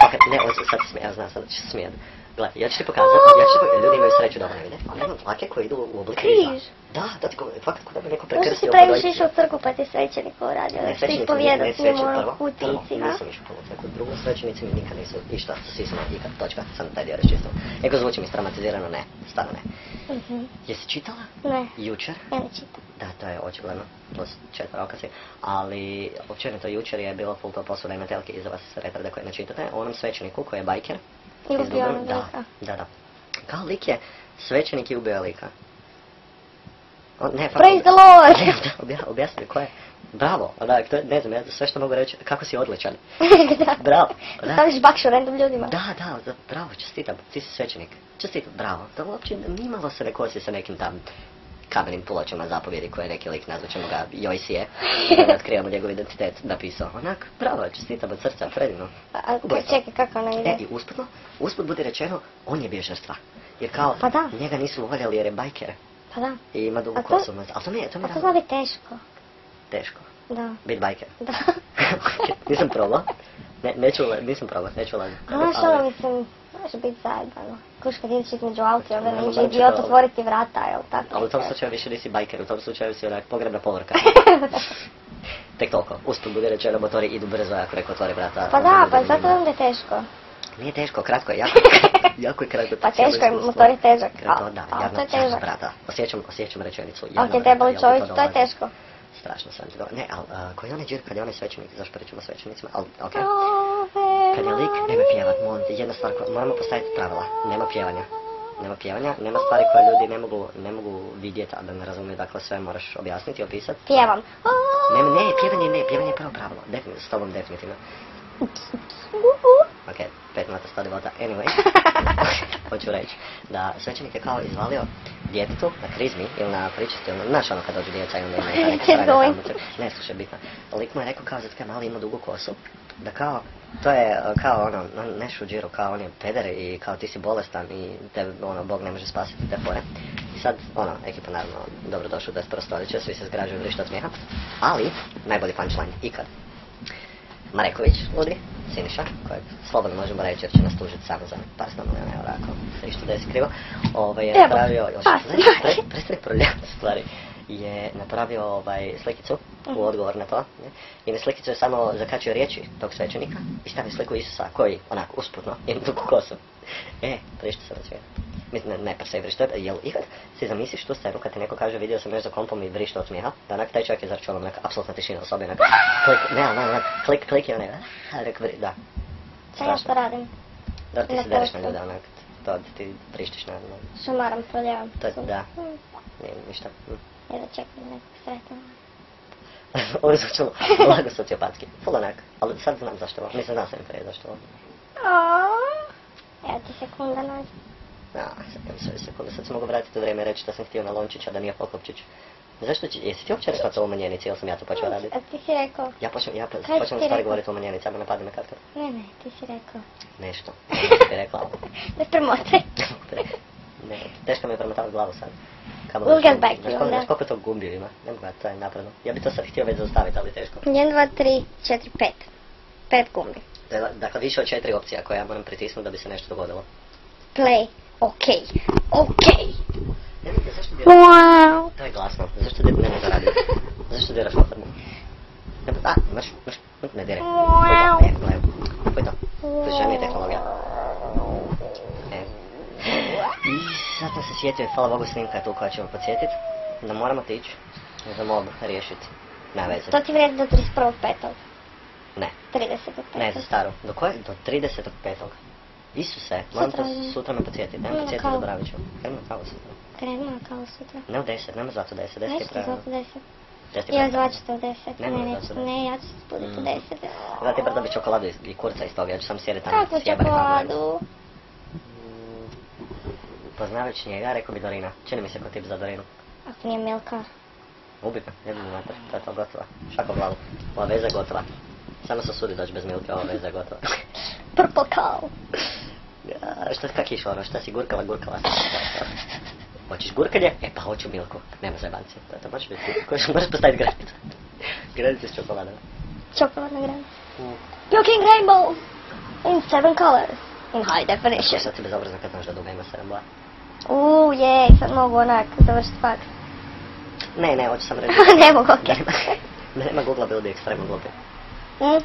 Speaker 1: Fakat, ne, ovo sad smijem, ja znam sad da ću se smijati. Gle, ja ću ti pokazati, ja ću ti pokazati, ljudi imaju sreću da ovo ne vide. Ali ja imam dlake koje idu u oblik
Speaker 2: Križ.
Speaker 1: križa. Da, da ti govorim, fakat kod da bi neko
Speaker 2: Možda si
Speaker 1: prekrstio
Speaker 2: previše išao u crku pa ti je svećenik ovo radio.
Speaker 1: Ne,
Speaker 2: Da ti
Speaker 1: srećnici
Speaker 2: ispovjedao
Speaker 1: ne
Speaker 2: s njim
Speaker 1: sreće
Speaker 2: ono
Speaker 1: prvo,
Speaker 2: u kutijici,
Speaker 1: prvo,
Speaker 2: ha?
Speaker 1: Nisam išao prvo, tako drugo srećnici mi znači nikad nisu išta, svi smo nikad, točka, sam taj dio raščistila. Eko zvuči mi stramatizirano, ne, stvarno ne.
Speaker 2: Mhm.
Speaker 1: Jesi čitala?
Speaker 2: Ne,
Speaker 1: Jučer?
Speaker 2: ja ne čitam.
Speaker 1: Da, to je očigledno, plus četvr okasi, ali općenito jučer je bilo full to posao na telke iza vas retarde koje ne čitate, o onom svećeniku koji je bajker.
Speaker 2: I
Speaker 1: iz
Speaker 2: ubio
Speaker 1: Dubrave-
Speaker 2: onog
Speaker 1: da,
Speaker 2: lika.
Speaker 1: da, da. Kao lik je svećenik i ubio je lika. O, ne, pa-
Speaker 2: Praise the Lord!
Speaker 1: Ne, da, obja- objasni ko je. Bravo, onak, to je, ne znam, ja sve što mogu reći, kako si odličan.
Speaker 2: Da.
Speaker 1: Bravo, da.
Speaker 2: Staviš bakšu random ljudima.
Speaker 1: Da, da, da, bravo, čestitam, ti si svećenik. Čestitam, bravo. Da uopće nimalo se ne kosi sa nekim tam kamenim pločama zapovjedi koje je neki lik nazvat ćemo ga Jojsije. da ne Otkrivamo njegov identitet napisao. Onak, bravo, čestitam od srca, predivno.
Speaker 2: A, a,
Speaker 1: Ubojstvo.
Speaker 2: čekaj, kako ona ide?
Speaker 1: E, i usputno, usput budi rečeno, on je bio žrtva. Jer kao,
Speaker 2: Pa da.
Speaker 1: njega nisu voljeli jer je bajker.
Speaker 2: Pa da.
Speaker 1: I ima dugu
Speaker 2: A to-
Speaker 1: kosu. maz- Ali to mi je, to mi je
Speaker 2: A to znači-
Speaker 1: razlog.
Speaker 2: zna biti teško.
Speaker 1: teško.
Speaker 2: Da.
Speaker 1: Bit bajker.
Speaker 2: Da.
Speaker 1: nisam probao. Ne, neću, ula- nisam probao, neću ulaziti.
Speaker 2: A znaš
Speaker 1: Ali-
Speaker 2: ono, mislim, može biti zajebano. Kuš kad ideš između auta, onda
Speaker 1: Ne,
Speaker 2: ne
Speaker 1: ne,
Speaker 2: može idiot
Speaker 1: ne.
Speaker 2: otvoriti vrata, jel tako?
Speaker 1: Ali u tom slučaju više nisi bajker, u tom slučaju si onak pogrebna povorka. Tek toliko, usput bude rečeno, motori idu brzo ako neko otvori vrata.
Speaker 2: Pa da,
Speaker 1: onda
Speaker 2: pa
Speaker 1: ljudi
Speaker 2: zato
Speaker 1: njima-
Speaker 2: vam da je teško.
Speaker 1: Nije teško, kratko je, jako, je- jako je kratko.
Speaker 2: Pa
Speaker 1: cijelo
Speaker 2: teško je,
Speaker 1: iskustvo.
Speaker 2: motor je težak,
Speaker 1: Kratko,
Speaker 2: ali-
Speaker 1: da,
Speaker 2: ali
Speaker 1: jadna-
Speaker 2: to je težak.
Speaker 1: jadna vrata. Osjećam, osjećam rečenicu. jadna
Speaker 2: Ali ti je
Speaker 1: vrata,
Speaker 2: trebalo
Speaker 1: jel ti
Speaker 2: čovjek, to je
Speaker 1: dolazi?
Speaker 2: teško.
Speaker 1: Strašno sam ti dobro. Ne, ali a, koji je onaj džir kad je onaj svećenik, zašto pričamo o svećenicima, ali okej.
Speaker 2: Ave
Speaker 1: Kad je lik, nemoj
Speaker 2: Marija.
Speaker 1: pjevat, molim te, jedna stvar koja, moramo postaviti pravila, nema pjevanja. Nema pjevanja, nema stvari koje ljudi ne mogu, ne mogu vidjeti, a da ne razumiju, dakle sve moraš objasniti, opisati.
Speaker 2: Pjevam.
Speaker 1: Ne, ne, pjevanje ne, pjevanje je prvo pravilo, definitivno, s tobom definitivno. Ok, pet minuta, sto devota, anyway. Hoću reći da svećenik je kao izvalio djetetu na krizmi ili na pričisti, ono, znaš ono kad dođu djeca i onda ima neka neka
Speaker 2: Čezoj.
Speaker 1: strana tamo, ne slušaj, bitno. Lik mu je rekao kao zato kaj mali ima dugu kosu, da kao, to je e, kao ono, on ne šuđiru, kao on je peder i kao ti si bolestan i te, ono, Bog ne može spasiti te fore. I sad, ono, ekipa naravno, dobro došli u 21. stoljeće, svi se zgrađuju vrišta od smijeha, ali, najbolji punchline ikad. Mareković, Ludi, Siniša, kojeg slobodno možemo reći jer će nas tužiti samo za par sto milijuna eura ako se ništa desi krivo, ovaj, je
Speaker 2: Evo,
Speaker 1: napravio, još
Speaker 2: pa,
Speaker 1: ne, pre, prestani proljavati stvari, je napravio ovaj, slikicu u odgovor na to ne? i na slikicu je samo zakačio riječi tog svećenika i stavio sliku Isusa koji, onako, usputno, ima dugu kosu. E, prišta se razvijena. Mislim, ne, ne per se vrišta, jel ikad si zamisliš tu scenu kad ti neko kaže vidio sam još za kompom i vrišta od smijeha, da onak taj čovjek je zračao onak apsolutna tišina u sobi, onak klik, ne, ne, ne, klik, klik i onaj, a, rek, vri- da.
Speaker 2: Šta ja što
Speaker 1: Strašno.
Speaker 2: radim?
Speaker 1: Da ti
Speaker 2: Na
Speaker 1: se dereš na
Speaker 2: poslu.
Speaker 1: ljude, onak, to ti prištiš na, na,
Speaker 2: Šamaram, proljevam.
Speaker 1: To je- da.
Speaker 2: Mm.
Speaker 1: nije ništa. mm.
Speaker 2: Ja da čekam nekog sretnog.
Speaker 1: Ovo je zvučalo blago sociopatski. Full onak. Ali sad znam zašto ovo. Mislim, znao sam i prije zašto ovo.
Speaker 2: Evo ti sekunda nađe.
Speaker 1: A, sad imam svoju sekundu. Sad se mogu vratiti u vrijeme i reći da sam htio na Lončića, da nije Poklopčić. Zašto će, jesi ti uopće rekla to u manjenici ili sam ja to počeo raditi?
Speaker 2: A ti si rekao,
Speaker 1: Ja počnem, ja počnem
Speaker 2: Kaj si ti
Speaker 1: stvari
Speaker 2: rekao?
Speaker 1: govoriti u manjenicama, napadne me kad kad.
Speaker 2: ne ne, ti si rekao.
Speaker 1: Nešto. Nešto bi rekla. ali-
Speaker 2: Ne premotaj.
Speaker 1: ne, teško mi je premotavati glavu sad. Kamo
Speaker 2: We'll get back to you on
Speaker 1: Znaš
Speaker 2: that.
Speaker 1: koliko to gumbio ima? Ne mogu, ja, to je napredno. Ja bi to sad htio već zaustaviti, ali teško.
Speaker 2: 1, 2, 3, 4, 5. 5 gumbi.
Speaker 1: Dakle, više od četiri opcija koje ja moram pritisnuti da bi se nešto dogodilo.
Speaker 2: Play. Okej. Okej.
Speaker 1: Ne znam zašto bi
Speaker 2: Wow.
Speaker 1: To je glasno. Zašto djete ne može raditi? Zašto djeraš ofermu? Ne, a, mrš, mrš, ne djere. Pojď to, ne, ne, pojď to. Slyšanje je tehnologija. E. I sad sam se sjetio, hvala Bogu snimka je tu koja će me podsjetiti, da moram otići za mob riješiti. Ne veze.
Speaker 2: To ti vredi do 31.5.
Speaker 1: Ne,
Speaker 2: 30.5.
Speaker 1: ne za staru. Do koje? Do 35. Isuse, moram to
Speaker 2: Sutra.
Speaker 1: sutra me podsjetiti. Ne me
Speaker 2: Idemo na
Speaker 1: podsjetiti,
Speaker 2: kavu.
Speaker 1: zaboravit ću. Idemo na kavu sutra.
Speaker 2: Krenula kao sutra.
Speaker 1: Ne u 10, nema zato 10, 10 je
Speaker 2: Nešto
Speaker 1: prerano.
Speaker 2: zlato 10.
Speaker 1: 10 je
Speaker 2: Ja
Speaker 1: prerano.
Speaker 2: zvačite u 10.
Speaker 1: Ne,
Speaker 2: Ne,
Speaker 1: ne,
Speaker 2: ne,
Speaker 1: zvačite u 10.
Speaker 2: ne, ja ću buditi u
Speaker 1: Mm.
Speaker 2: 10.
Speaker 1: Znate, brdo bi čokoladu i, i kurca iz toga, ja ću sam sjediti tamo.
Speaker 2: Kako
Speaker 1: sjebani tamo.
Speaker 2: čokoladu?
Speaker 1: Mm, Poznavajući njega, rekao bi Dorina. Čini mi se ko tip za Dorinu.
Speaker 2: Ako nije Milka.
Speaker 1: Ubi me, jebi mi mater, to je to gotova. Šako glavu. Ova veza je gotova. Samo se sudi doći bez milke, ova veza je gotova.
Speaker 2: Purple cow.
Speaker 1: Ja, šta, kak je išlo ono, šta si gurkala, gurkala sam. Hoćeš gurkanje? E pa hoću milku. Nema zajebanci. To, to može biti. Kojiš, moraš postaviti granicu. granicu s čokoladom.
Speaker 2: Čokoladna granica.
Speaker 1: Mm.
Speaker 2: Looking rainbow in seven colors. Hajde,
Speaker 1: Što
Speaker 2: briši.
Speaker 1: sad ti bezobrazno kad znaš da Duga ima 7 blata?
Speaker 2: Uuu, jej, sad mogu onak završiti faks.
Speaker 1: Ne, ne, hoću sam reći.
Speaker 2: ne mogu, okej.
Speaker 1: Nema, nema Google bi ovdje ekstremno glupi.
Speaker 2: Mm,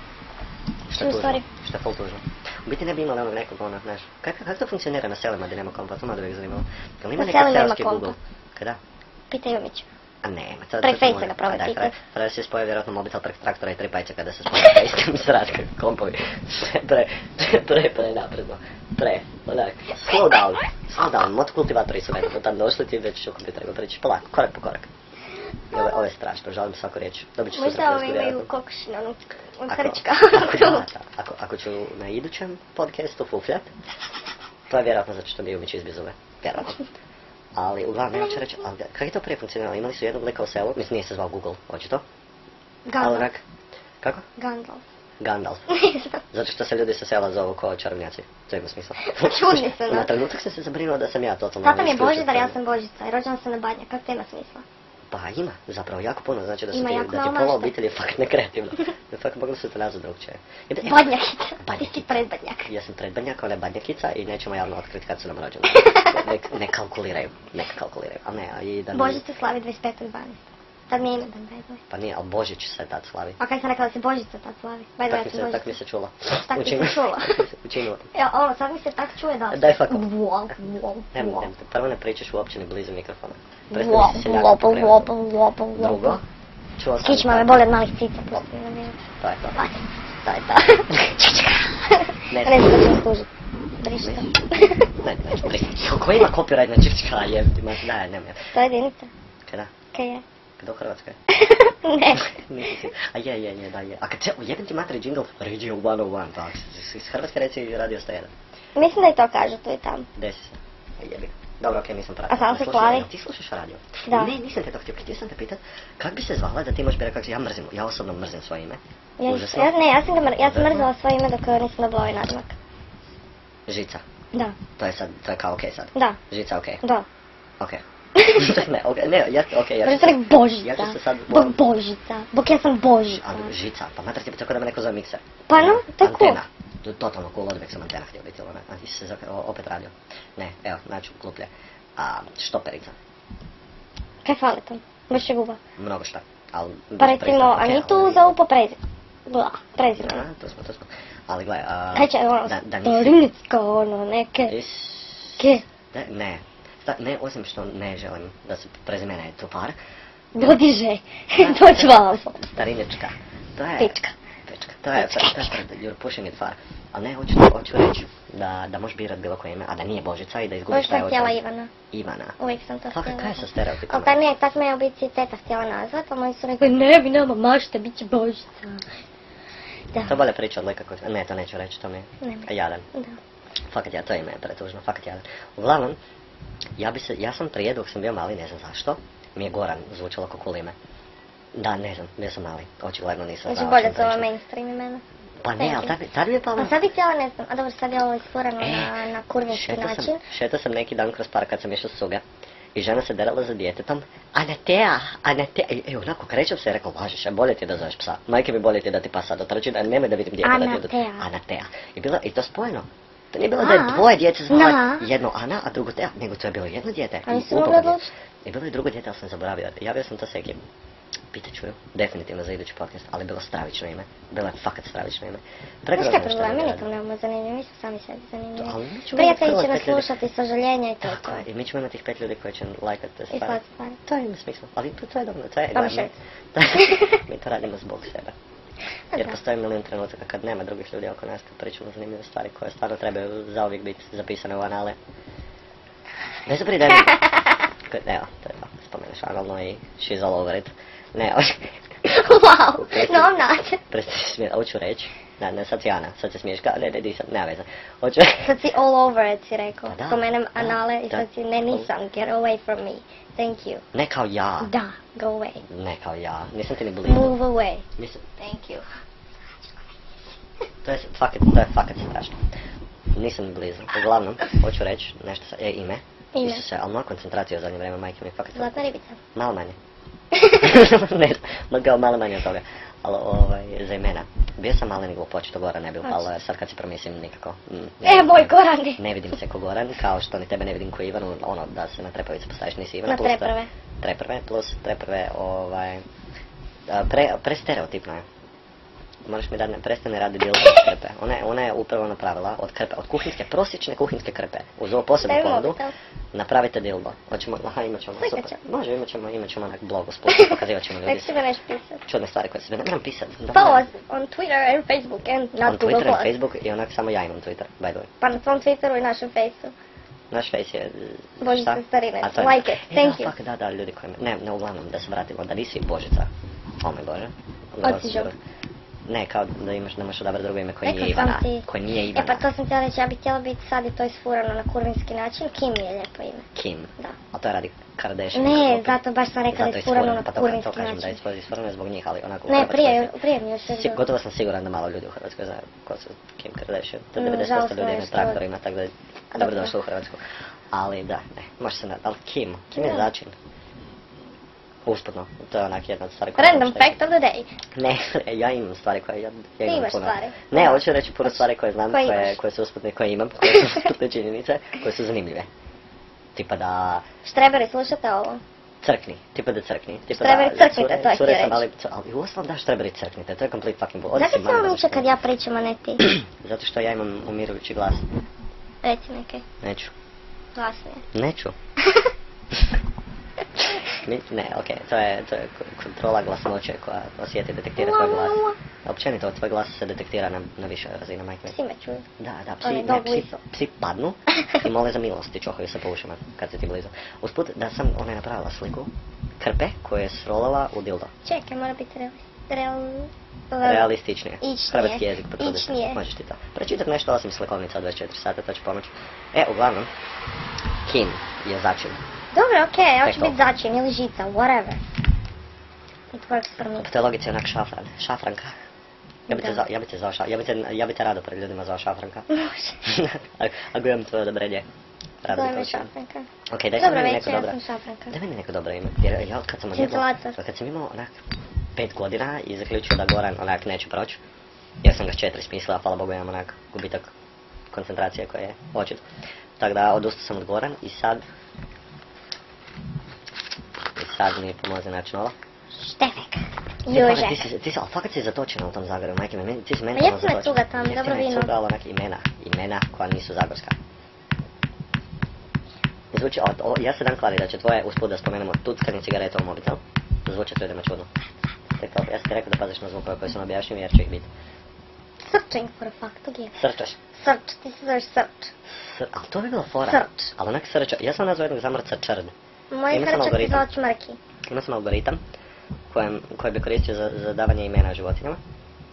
Speaker 1: Što
Speaker 2: True
Speaker 1: je tužno.
Speaker 2: story.
Speaker 1: Što je full tužno. U biti ne bi imali onog nekog ono, znaš. Kako kak to funkcionira na selima gdje nema kompa? To me uvijek zanimalo. Jel ima
Speaker 2: Na
Speaker 1: neki
Speaker 2: selima ima
Speaker 1: selski
Speaker 2: kompa.
Speaker 1: Google? Kada?
Speaker 2: pitaju mi ću.
Speaker 1: A ne, ma to... to se
Speaker 2: Prek Facea
Speaker 1: može.
Speaker 2: ga probaj
Speaker 1: Da,
Speaker 2: pitat.
Speaker 1: tra- Treba se spoje vjerojatno mobitel prek traktora i tri pajče kada se spoje. Isto mi se radi kako kompovi. Pre, pre, pre, pre napredno. Pre, onak. Slow down. Slow down. Mot kultivatori su nekako tam došli ti već u kompjuteru pričaš polako, korak po korak. I Ovo, ovo je strašno, žalim svaku riječ. Dobit ću sutra
Speaker 2: Možda ovi
Speaker 1: pljesku, vjerojatno.
Speaker 2: imaju kokošinu, ono, on
Speaker 1: Ako-
Speaker 2: hrčka.
Speaker 1: Ako, da, da. ako, ako ću na idućem podcastu fufljat, to je vjerojatno zato što mi umiću iz bezume. Vjerojatno. Ali uglavnom, ja ću reći, ali kako je to prije funkcioniralo? Imali su jednog lika u selu, mislim nije se zvao Google, očito. Ali
Speaker 2: Gandalf.
Speaker 1: onak, kako?
Speaker 2: Gandalf.
Speaker 1: Gandalf.
Speaker 2: Ne znam.
Speaker 1: Zato što se ljudi sa sela zovu kao čarobnjaci. To ima smisla.
Speaker 2: Čudni su, da.
Speaker 1: Na trenutak sam se zabrinuo da sam ja totalno...
Speaker 2: Tata mi je
Speaker 1: isključio
Speaker 2: Božidar, ja
Speaker 1: temu.
Speaker 2: sam Božica i rođena sam na badnjak, kako to ima smisla?
Speaker 1: Pa ima, zapravo jako puno, znači da su
Speaker 2: Ima
Speaker 1: ti,
Speaker 2: jako
Speaker 1: da ti
Speaker 2: malo
Speaker 1: pola
Speaker 2: mašta.
Speaker 1: obitelji je fakt nekreativno. Da fakt mogli su to nazvati drugčije. Jebe- e,
Speaker 2: Badnjakica, ti si
Speaker 1: Badnjakica.
Speaker 2: predbadnjak.
Speaker 1: Ja sam predbadnjak, ona je badnjakica i nećemo javno otkriti kad su nam rođeni. Ne, ne kalkuliraju, ne kalkuliraju. A ne, a i da mi-
Speaker 2: Božicu slavi 25.12. Tad mi je ime dan, by the way.
Speaker 1: Pa nije, ali Božić se tad slavi.
Speaker 2: A kaj sam rekla da se Božica tad slavi? By the
Speaker 1: Tak
Speaker 2: way, ja
Speaker 1: mi
Speaker 2: sam
Speaker 1: se, tak mi
Speaker 2: Božica.
Speaker 1: se čulo.
Speaker 2: Tak mi se
Speaker 1: Učinilo-
Speaker 2: čulo.
Speaker 1: tak mi se Učinilo.
Speaker 2: Evo, ono, sad mi se tak čuje da...
Speaker 1: E, Daj fuck off.
Speaker 2: Wow, wow,
Speaker 1: Ne, ne,
Speaker 2: wow.
Speaker 1: prvo ne pričaš uopće ni blizu mikrofona. Prestani
Speaker 2: Wow,
Speaker 1: se
Speaker 2: wow,
Speaker 1: seljaka
Speaker 2: wow,
Speaker 1: pokrenuti.
Speaker 2: wow, wow.
Speaker 1: Drugo, čuo sam...
Speaker 2: Kičma me boli od malih cica, pusti me mira.
Speaker 1: To je to.
Speaker 2: Hvala.
Speaker 1: To je to. Ne.
Speaker 2: Ne znam što služiti. Briši
Speaker 1: Ne,
Speaker 2: to.
Speaker 1: ne, ne, ne. Ko ima copyright na čivčka, jebiti, ma, daj, nemoj.
Speaker 2: To je jedinica.
Speaker 1: Kada?
Speaker 2: Kaj je?
Speaker 1: Kada u Hrvatskoj?
Speaker 2: ne.
Speaker 1: Nisi ti- A je, je, je, da je. A kad se ujebem ti materi džingl, Radio 101, tak, pa, iz- iz Hrvatske reci Radio 101.
Speaker 2: Mislim da i to kažu tu i tam.
Speaker 1: Desi se. A jebi. ga. Dobro, okej, nisam pratio.
Speaker 2: A samo
Speaker 1: Ne
Speaker 2: se
Speaker 1: slušam
Speaker 2: hvali.
Speaker 1: radio. Ti slušaš radio?
Speaker 2: Da.
Speaker 1: Ne, nisam te to htio, htio sam te pitat, kak bi se zvala da ti možeš bi rekao, ja mrzim, ja osobno mrzim svoje ime.
Speaker 2: Ja,
Speaker 1: Užasno.
Speaker 2: ja, ne, ja sam, ga mr- ja sam
Speaker 1: Užasno.
Speaker 2: mrzala svoje ime dok nisam dobila ovaj nadmak.
Speaker 1: Žica.
Speaker 2: Da,
Speaker 1: To je sad, to je kao okej sad.
Speaker 2: da,
Speaker 1: Žica, okej.
Speaker 2: da.
Speaker 1: Okej. ne, okej, ne, ja, okej, E, ja
Speaker 2: Možda
Speaker 1: ću
Speaker 2: sam
Speaker 1: se...
Speaker 2: nek Božica.
Speaker 1: Ja ću se sad...
Speaker 2: Bog Božica. Bog ja sam Božica.
Speaker 1: Ali žica, pa mater ti bi tako da me neko zove mikser.
Speaker 2: Pa no, to je cool.
Speaker 1: Ono, Antena. To je Totalno cool, odvijek sam antena htio biti, ona, a ti si se zaka- o- opet radio. Ne, evo, naću gluplje. A, štoperica,
Speaker 2: Kaj fali tam? Baš je guba.
Speaker 1: mnogo šta. Ali,
Speaker 2: Pa recimo, Anitu zovu po prezime. Bla, prezime.
Speaker 1: Da, to smo, to smo. Ali gle, a...
Speaker 2: Kaj će, ono,
Speaker 1: da, da nisi...
Speaker 2: starinska, ono, neke.
Speaker 1: Is...
Speaker 2: Ke?
Speaker 1: Ne, ne. Sta- ne, osim što ne želim da se prezimena je tu par.
Speaker 2: Dodiže. Dođu vamo.
Speaker 1: Starinečka. To je...
Speaker 2: Pička.
Speaker 1: Pička. To je, to je, to je, pred- you're pushing it far. Ali ne, hoću, hoću reći da, da možeš birat bilo koje ime, a da nije Božica i da izgubiš
Speaker 2: Uvijek
Speaker 1: taj
Speaker 2: sam htjela
Speaker 1: očaj.
Speaker 2: Ivana.
Speaker 1: Ivana.
Speaker 2: Uvijek sam to
Speaker 1: Kako-
Speaker 2: htjela.
Speaker 1: kaj je sa stereotipima?
Speaker 2: Ali pa tak mi je, tak me je u biti teta htjela nazvat, a moji su rekli, ne, vi nama mašta, bit će Božica.
Speaker 1: To je
Speaker 2: Da.
Speaker 1: bolje priča od lika koji... Ne, to neću reći, to mi je
Speaker 2: Nemoj.
Speaker 1: jadan.
Speaker 2: Da.
Speaker 1: Fakat ja, to ime je pretužno, fakat jadan. Uglavnom, ja, bi se, ja sam prije dok sam bio mali, ne znam zašto, mi je Goran zvučalo kako cool ime. Da, ne znam, bio sam mali, očigledno nisam
Speaker 2: Znači
Speaker 1: znao o
Speaker 2: bolje
Speaker 1: čemu
Speaker 2: to ova
Speaker 1: pričam.
Speaker 2: mainstream Znači, imena.
Speaker 1: Pa ne, ali tad, bi- tad mi je palo...
Speaker 2: A sad bi htjela, ne znam, a dobro, sad je ovo isfurano na, na kurvinski
Speaker 1: šetao E, sam-
Speaker 2: način.
Speaker 1: Šetao sam neki dan kroz park kad sam išao s suga i žena se derala za djetetom, Anatea, Anatea, i, i onako krećem se i rekao, lažeš, a bolje ti je da zoveš psa, majke mi bolje ti je da ti pas sad otrči, da nemoj da vidim djete. Da ti
Speaker 2: Anatea.
Speaker 1: od- Anatea. I bilo, i to spojeno. To nije bilo da je
Speaker 2: A.
Speaker 1: dvoje djece
Speaker 2: Da.
Speaker 1: zvala jedno Ana, a drugo Tea, nego to je bilo jedno djete.
Speaker 2: A
Speaker 1: i
Speaker 2: nisi
Speaker 1: upola
Speaker 2: mogla
Speaker 1: djece.
Speaker 2: odlučiti?
Speaker 1: I bilo je drugo djete, ali sam zaboravio. Javio sam to sekim. Pitat ću ju, definitivno za idući podcast, ali bilo stravično ime. Bilo je fakat stravično ime.
Speaker 2: Znaš
Speaker 1: Pregrozno
Speaker 2: šta je
Speaker 1: što je
Speaker 2: problem,
Speaker 1: bilo.
Speaker 2: meni nikom nemamo zanimljivi, mi smo sami sebi zanimljivi.
Speaker 1: Ali mi ćemo imati
Speaker 2: Prijatelji će
Speaker 1: prvo
Speaker 2: nas
Speaker 1: pet ljudi.
Speaker 2: slušati, sažaljenja i to je E, to.
Speaker 1: Tako je, i mi ćemo imati tih pet ljudi koji će lajkat te
Speaker 2: I
Speaker 1: stvari.
Speaker 2: slat stvari.
Speaker 1: To ima smisla, ali to, to je dobro, to je
Speaker 2: Pa mi
Speaker 1: glavno.
Speaker 2: šest.
Speaker 1: mi to radimo zbog sebe.
Speaker 2: A
Speaker 1: Jer
Speaker 2: da.
Speaker 1: postoji milijun trenutaka kad nema drugih ljudi oko nas kad pričamo zanimljive stvari koje stvarno trebaju zauvijek biti zapisane u anale. Ne zabri da mi... K- Evo, to je to, spomeneš analno i she's all over it. Ne,
Speaker 2: wow, no I'm not.
Speaker 1: Prestani se smijeti, hoću reći. Da, ne, sad si Ana, sad se smiješ kao, ne, ne, nisam, nema veze. Hoću...
Speaker 2: Sad si all over it si rekao.
Speaker 1: Pa da,
Speaker 2: Spomenem
Speaker 1: da,
Speaker 2: anale i
Speaker 1: da.
Speaker 2: sad si ne nisam, get away from me. Thank you.
Speaker 1: Ne kao ja,
Speaker 2: Da, go away.
Speaker 1: ne kao ja, nisam ti ni blizu.
Speaker 2: Move away.
Speaker 1: Nisam,
Speaker 2: Thank you.
Speaker 1: To je fakat, to je fakat strašno. Nisam ni blizu. Uglavnom, hoću reći nešto sa e, ime.
Speaker 2: Ime.
Speaker 1: Isuse, ali moja koncentracija u zadnje vrijeme, majke mi je fakat...
Speaker 2: Zlatna ribica.
Speaker 1: Malo manje. ne znam, ma kao malo manje od toga. Ali ovaj, za imena. Bio sam maleni glupoć, to Goran ne bil, ali sad kad se promislim nikako. mm, ne
Speaker 2: E,
Speaker 1: vidim
Speaker 2: moj
Speaker 1: se.
Speaker 2: Goran.
Speaker 1: Ne vidim se ko Goran, kao što ni tebe ne vidim ko Ivan, ono da se na trepavicu postaviš, nisi Ivan.
Speaker 2: Na
Speaker 1: plus da-
Speaker 2: treprve.
Speaker 1: Treprve, plus treprve, ovaj... a, Pre, prestereotipno je. Moraš mi da ne prestane radi djelo od krpe. Ona je, ona je upravo napravila od krpe, od kuhinske, prosječne kuhinske krpe. Uz ovu posebnu
Speaker 2: Daj mi
Speaker 1: ponudu
Speaker 2: mobitel.
Speaker 1: napravite dildo. Hoćemo, aha, imat ćemo,
Speaker 2: Slikat
Speaker 1: super.
Speaker 2: ćemo.
Speaker 1: Može, imat ćemo, imat ćemo onak blog usput, pokazivat ćemo ljudi.
Speaker 2: Nek si ga neš pisat.
Speaker 1: Čudne stvari koje se ne moram pisat. Da,
Speaker 2: Follow us on Twitter and Facebook and not
Speaker 1: On
Speaker 2: Google
Speaker 1: Twitter
Speaker 2: Plus.
Speaker 1: i Facebook i onak samo ja imam Twitter, by the way.
Speaker 2: Pa na tvom Twitteru i našem Facebooku.
Speaker 1: Naš face je...
Speaker 2: Božica
Speaker 1: šta?
Speaker 2: Starine.
Speaker 1: A to je-
Speaker 2: Like it.
Speaker 1: E,
Speaker 2: Thank
Speaker 1: da,
Speaker 2: you.
Speaker 1: fuck, da, da, ljudi koji... me- Ne, ne, uglavnom, da se vratimo, da nisi Božica. O moj Bože.
Speaker 2: Otiđo.
Speaker 1: Ne, kao da imaš, ne možeš odabrati drugo ime koje
Speaker 2: Rekla
Speaker 1: nije
Speaker 2: sam
Speaker 1: Ivana.
Speaker 2: ti.
Speaker 1: Koje nije
Speaker 2: E
Speaker 1: Ivana.
Speaker 2: pa to sam htjela reći, ja bih htjela biti sad i to isfurano na kurvinski način. Kim je lijepo ime.
Speaker 1: Kim.
Speaker 2: Da.
Speaker 1: A to radi Kardashian.
Speaker 2: Ne,
Speaker 1: Kako-
Speaker 2: zato baš sam rekla da
Speaker 1: Zato
Speaker 2: je
Speaker 1: je
Speaker 2: isfurano
Speaker 1: isfurano,
Speaker 2: na
Speaker 1: pa to, to
Speaker 2: kurvinski
Speaker 1: kažem da je
Speaker 2: način.
Speaker 1: isfurano isfurano je zbog njih, ali onako... u
Speaker 2: Ne,
Speaker 1: Hrvatskoj
Speaker 2: prije,
Speaker 1: se-
Speaker 2: prije mi još je
Speaker 1: Si-
Speaker 2: bilo.
Speaker 1: gotovo sam siguran da malo ljudi u Hrvatskoj znaju ko su Kim Kardashian. To
Speaker 2: Mm,
Speaker 1: 90%
Speaker 2: žalosno
Speaker 1: ljudi
Speaker 2: je
Speaker 1: na
Speaker 2: što-
Speaker 1: traktorima, tako da je
Speaker 2: A dobro.
Speaker 1: dobrodošlo u Hrvatsku. Ali da, ne, može se nadati. Ali Kim, Kim je
Speaker 2: Da.
Speaker 1: začin. Usputno, to je onak jedna od stvari koja...
Speaker 2: Random fact of the day.
Speaker 1: Ne, e, ja imam stvari koje ja, ja
Speaker 2: Ti
Speaker 1: imam
Speaker 2: imaš
Speaker 1: puno.
Speaker 2: stvari.
Speaker 1: Ne, hoću reći puno stvari koje znam,
Speaker 2: Koje
Speaker 1: koje,
Speaker 2: imaš?
Speaker 1: koje su usputne, koje imam, koje su usputne činjenice, koje su zanimljive. Tipa da
Speaker 2: Štreberi, slušate ovo.
Speaker 1: crkni, tipa da crkni. Tipa
Speaker 2: Štreberi
Speaker 1: da,
Speaker 2: crknite, to je
Speaker 1: cure
Speaker 2: htio
Speaker 1: sam, ali,
Speaker 2: reći.
Speaker 1: cu- ali u osnovom da štreberi crknite, to je complete fucking bull. Odi
Speaker 2: Znate
Speaker 1: si
Speaker 2: se
Speaker 1: mamo,
Speaker 2: vam
Speaker 1: zato
Speaker 2: uče
Speaker 1: što-
Speaker 2: kad ja pričam, a ne ti?
Speaker 1: Zato što ja imam umirujući glas.
Speaker 2: Reci neke.
Speaker 1: Neću.
Speaker 2: Glasnije.
Speaker 1: Neću. Mi- ne, okej, to je, to je k- kontrola glasnoće koja osjeti, detektira tvoj glas. Općenito, tvoj glas se detektira na, na više razina, majke. mi.
Speaker 2: Psi me čuju.
Speaker 1: Da, da,
Speaker 2: Onaj
Speaker 1: psi, ne,
Speaker 2: dog
Speaker 1: psi,
Speaker 2: whistle.
Speaker 1: psi padnu i mole za milost i čohaju se po ušima kad se ti blizu. Usput, da sam ona je napravila sliku krpe koju je srolala u dildo.
Speaker 2: Čekaj, mora biti real... real...
Speaker 1: Realističnije.
Speaker 2: Ičnije.
Speaker 1: Hrvatski jezik potrudite.
Speaker 2: Ičnije.
Speaker 1: Možeš ti to. Pročitat nešto osim slikovnica od 24 sata, to će pomoći. E, uglavnom, Kim je začin.
Speaker 2: Dobro, okej, ja ću
Speaker 1: Rekao.
Speaker 2: biti začin ili žica, whatever. It works for me.
Speaker 1: Po toj logici je onak šafran. Šafranka. Ja bi te
Speaker 2: Da.
Speaker 1: zvao, ja bi te zvao šafranka. Ja bi te, ja bi te rado pred ljudima zvao šafranka.
Speaker 2: Može.
Speaker 1: A- Ako imam tvoje odobrenje. Rado
Speaker 2: Zove
Speaker 1: bi to
Speaker 2: me
Speaker 1: učinio.
Speaker 2: šafranka.
Speaker 1: Okej, daj sad
Speaker 2: Dobro
Speaker 1: meni neko
Speaker 2: večer, ja
Speaker 1: dobro.
Speaker 2: sam šafranka.
Speaker 1: Daj meni neko dobro ime. Jer ja kad sam odjednom-
Speaker 2: Žitlaca.
Speaker 1: pa kad sam imao onak pet godina i zaključio da Goran onak neće proći, ja sam ga s četiri smislila, hvala Bogu imam onak gubitak koncentracije koji je očit. Tako da odustao sam od Goran i sad... I sad mi pomozi naći novo.
Speaker 2: Štefek.
Speaker 1: Ne, fakat,
Speaker 2: Jožek.
Speaker 1: Ti si, ti si, ali fakat si zatočena u tom Zagrebu, majke mi, meni- ti si
Speaker 2: Ma
Speaker 1: meni
Speaker 2: jesam
Speaker 1: zatočena.
Speaker 2: cuga tamo,
Speaker 1: Jeftina
Speaker 2: dobro
Speaker 1: je
Speaker 2: vino.
Speaker 1: cuga, ali onak imena, imena koja nisu zagorska. Zvuči, o, o, ja se dan kvari da će tvoje, usput da spomenemo, tuckanje cigareta u mobitel. Zvuči to idemo čudno. Tek to, ja sam ti rekao da paziš na zvukove koje sam objašnjio jer će ih biti.
Speaker 2: Searching for a fact again.
Speaker 1: Srčaš.
Speaker 2: Search, ti se zoveš search.
Speaker 1: Sr, ali to bi bila fora.
Speaker 2: Srč.
Speaker 1: Ali onak srča, ja sam nazvao jednog zamrca črd.
Speaker 2: Moj
Speaker 1: Ima sam
Speaker 2: srčak se
Speaker 1: algoritam.
Speaker 2: zove čmrki.
Speaker 1: Imao sam algoritam kojem, koji bi koristio za, za davanje imena životinjama,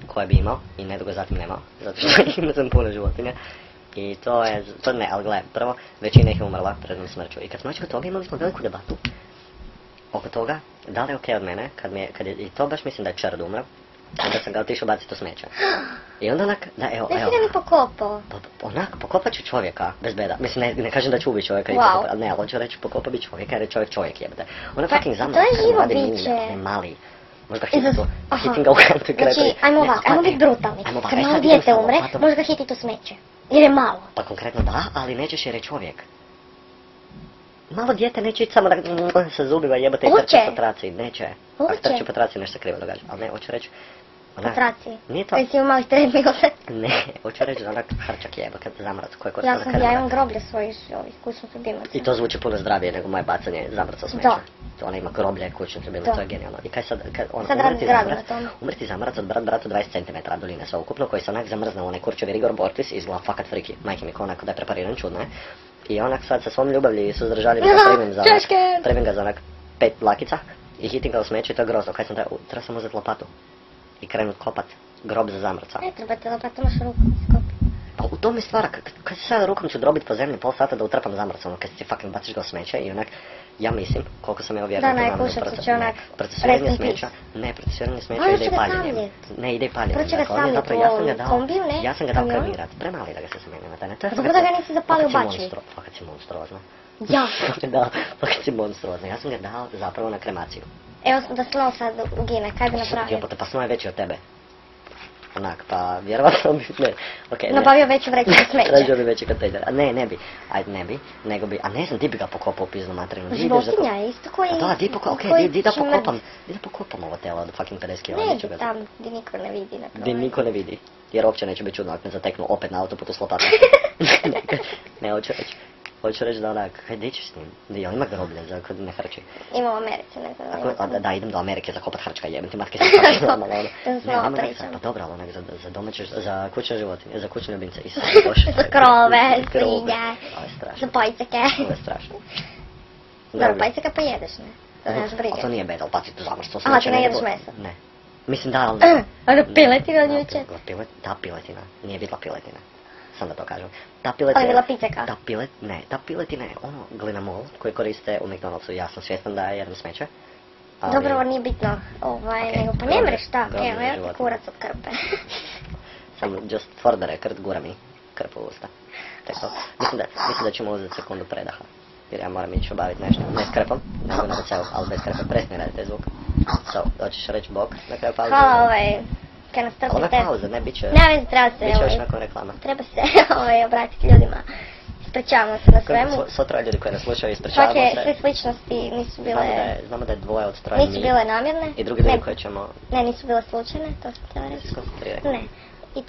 Speaker 1: koje bi imao i nedugo zatim nemao, zato što imao sam puno životinja. I to je, to ne, ali gle, prvo, većina ih je umrla prednom smrću. I kad smo već kod toga imali smo veliku debatu oko toga, da li je okej od mene, kad mi je, kad je, i to baš mislim da je čard umro, da sam ga otišao baciti u smeće. I onda onak, da, evo,
Speaker 2: Da si
Speaker 1: evo,
Speaker 2: ga mi pokopao.
Speaker 1: pa, pa- onak, pokopat ću čovjeka, bez beda. Mislim, ne, ne kažem da ću ubiti čovjeka, i
Speaker 2: Wow.
Speaker 1: pokopat- ne, ali hoću reći pokopat bi čovjeka, jer je čovjek čovjek jebate. Ona
Speaker 2: Pa,
Speaker 1: fucking zamrla,
Speaker 2: to je živo
Speaker 1: radi
Speaker 2: biće.
Speaker 1: mine, ne mali. Možda
Speaker 2: I za-
Speaker 1: hitim to,
Speaker 2: aha.
Speaker 1: hitim ga u kantu i kretem.
Speaker 2: Znači, ajmo
Speaker 1: Ne,
Speaker 2: ovako,
Speaker 1: a-
Speaker 2: ajmo
Speaker 1: e,
Speaker 2: biti brutalni.
Speaker 1: ajmo ovako,
Speaker 2: Kad
Speaker 1: e,
Speaker 2: malo
Speaker 1: sad
Speaker 2: dijete
Speaker 1: idem sa
Speaker 2: umre,
Speaker 1: lopatom.
Speaker 2: možeš ga hititi u smeće. Jer je malo.
Speaker 1: Pa konkretno da, ali nećeš jer je čovjek. Malo dijete neće ići samo da mm, sa zubima jebate i
Speaker 2: Hoće.
Speaker 1: trči po traci, neće. Pa, Ako
Speaker 2: Hoće.
Speaker 1: trči po traci nešto se krivo događa, ali ne, hoću reći...
Speaker 2: Po
Speaker 1: onak,
Speaker 2: traci.
Speaker 1: Nije to,
Speaker 2: Koji si u malih trebilce.
Speaker 1: ne, hoću reći da onak hrčak jebate zamrac koji koristi
Speaker 2: Ja sam, ja imam groblje svojih ovih kućnih ljubimaca.
Speaker 1: I to zvuči puno zdravije nego moje bacanje zamrca smeća.
Speaker 2: Da.
Speaker 1: To ona ima groblje kućne trebile,
Speaker 2: Da.
Speaker 1: to je genijalno. I kaj sad, kad on
Speaker 2: Sad radim
Speaker 1: umrti
Speaker 2: zgradu
Speaker 1: zamrac,
Speaker 2: na tome.
Speaker 1: umrti zamrac od brat bratu 20 cm duljine sveukupno, koji se onak zamrzne u onaj kurčevi rigor mortis i izgleda fakat friki. Majke mi, kao onako da je prepariran, čudno je. I onak sad sa svom ljubavlji i suzdržanjem
Speaker 2: Ja,
Speaker 1: ga primim za onak,
Speaker 2: češke.
Speaker 1: primim ga za onak pet lakica i hitim ga u smeće i to je grozno. Kaj sam treba, treba sam uzeti lopatu i krenut kopat grob za zamrca.
Speaker 2: Ne treba te lopata, imaš ruku iskopiti.
Speaker 1: Pa u tome je stvar, k- k- kad se sad rukom ću drobit po zemlji pol sata da utrpam zamrcu, ono, kad si ti fucking baciš ga u smeće i onak, ja mislim, koliko sam ja vjerujem,
Speaker 2: Da, najkušat će onak, rest
Speaker 1: procesuiranje
Speaker 2: in
Speaker 1: smeća, ne, procesuiranje smeća
Speaker 2: Ali
Speaker 1: ide i
Speaker 2: će ga
Speaker 1: paljenjem.
Speaker 2: samljet.
Speaker 1: Ne, ide i paljenjem.
Speaker 2: Prvo će ga
Speaker 1: dakle, on je
Speaker 2: samljet
Speaker 1: zapravo- ja sam
Speaker 2: u
Speaker 1: ga dao,
Speaker 2: kombiju, ne?
Speaker 1: Ja sam ga dao
Speaker 2: Kamion?
Speaker 1: kremirat, premali da ga se samenja na taj način. To je
Speaker 2: Dobro
Speaker 1: fakat-
Speaker 2: da ga nisi zapalio
Speaker 1: fakat si
Speaker 2: u bačvi.
Speaker 1: monstro- Fakat si monstruozna.
Speaker 2: Ja.
Speaker 1: da, fakat si monstruozna. Ja sam ga dao zapravo na kremaciju.
Speaker 2: Evo da slon sad ugine, kaj bi napravio?
Speaker 1: Jebote, ja, pa smo je veći od tebe. Onak, pa vjerovatno bi ne. Okay, ne.
Speaker 2: Nabavio veću vreću za smeće.
Speaker 1: Tražio bi veći kontejner. A ne, ne bi. Ajde, ne bi. Nego bi, a ne znam, ti bi ga pokopao u piznu materinu. Di ideš za to?
Speaker 2: Životinja je isto koji...
Speaker 1: A Da, di poko... okej,
Speaker 2: koji
Speaker 1: di, di da
Speaker 2: će
Speaker 1: pokopam.
Speaker 2: mrz-
Speaker 1: Di da pokopam ovo telo od fucking 50 kila.
Speaker 2: Ne,
Speaker 1: neću ga-
Speaker 2: di tam, gdje niko ne vidi. na
Speaker 1: Gdje
Speaker 2: prolazu.
Speaker 1: niko ne vidi. Jer uopće neće biti čudno ako me zateknu opet na autoputu s lopatom. ne, hoću reći. Hoću reći da onak, kaj di ćeš s njim? Di, on ima groblje za kod ne hrči.
Speaker 2: Ima u Americi, ne znam.
Speaker 1: Ako,
Speaker 2: ima
Speaker 1: a,
Speaker 2: tu.
Speaker 1: da, da, idem do Amerike za kopat hrčka, jebem ti matke sa normalno. ono.
Speaker 2: To sam
Speaker 1: Ne,
Speaker 2: znala
Speaker 1: ajmo da-
Speaker 2: pričam.
Speaker 1: pa dobro, ali onak za, za domaće, za kućne životinje, za kućne ljubimce. I sad,
Speaker 2: Za krove, svinje,
Speaker 1: svinja. Ovo je strašno.
Speaker 2: za pojceke.
Speaker 1: Ovo je strašno.
Speaker 2: Dobro,
Speaker 1: Groblje.
Speaker 2: pojceka pa jedeš, ne? To nemaš brige.
Speaker 1: A to nije bedel, pati to zamrstvo.
Speaker 2: Aha, ti ne jedeš meso?
Speaker 1: Ne. Mislim da, ali...
Speaker 2: Eh, ali piletina
Speaker 1: Ne,
Speaker 2: od
Speaker 1: da,
Speaker 2: jučer.
Speaker 1: pil- pile- Da, piletina. Nije bila piletina. Sam da to kažem. Ta
Speaker 2: Ali
Speaker 1: piletina...
Speaker 2: je bila piceka.
Speaker 1: Ta pilet, ne, ta piletina je ono glinamol koji koriste u McDonald'su. Ja sam svjestan da je jedan smeće. ali-
Speaker 2: Dobro, ovo nije bitno. Ovaj,
Speaker 1: Okej,
Speaker 2: nego pa ne
Speaker 1: groblje-
Speaker 2: mreš šta,
Speaker 1: groblje
Speaker 2: evo, ja
Speaker 1: životinja.
Speaker 2: ti kurac od krpe.
Speaker 1: Samo just for the record, gura mi krpu u usta. Tako, mislim da, mislim da ćemo uzeti sekundu predaha. Jer ja moram ići obaviti nešto. Ne s krpom, nego na WC-u, ali bez krpe. Presni radite zvuk. So, hoćeš reći bok na kraju pauze?
Speaker 2: Hvala ovaj, kaj nas
Speaker 1: Ali ovo je
Speaker 2: trpite.
Speaker 1: pauza, ne, bit će...
Speaker 2: Ne, vezi, treba se,
Speaker 1: Bit će još
Speaker 2: ovaj,
Speaker 1: nakon reklama.
Speaker 2: treba se ovaj, obratiti ljudima. Ispričavamo se na svemu.
Speaker 1: Svo troje ljudi koji nas slušaju, ispričavamo
Speaker 2: Čak je, sve
Speaker 1: se.
Speaker 2: sličnosti nisu
Speaker 1: Znamo da,
Speaker 2: bile,
Speaker 1: je, znamo da je dvoje od troje
Speaker 2: nisu
Speaker 1: mi
Speaker 2: bile namjerne.
Speaker 1: i drugi ljudi
Speaker 2: Ne,
Speaker 1: koje ćemo...
Speaker 2: Ne, nisu bile slučajne, to sam htjela reći.
Speaker 1: Skoncentriraj.
Speaker 2: Ne,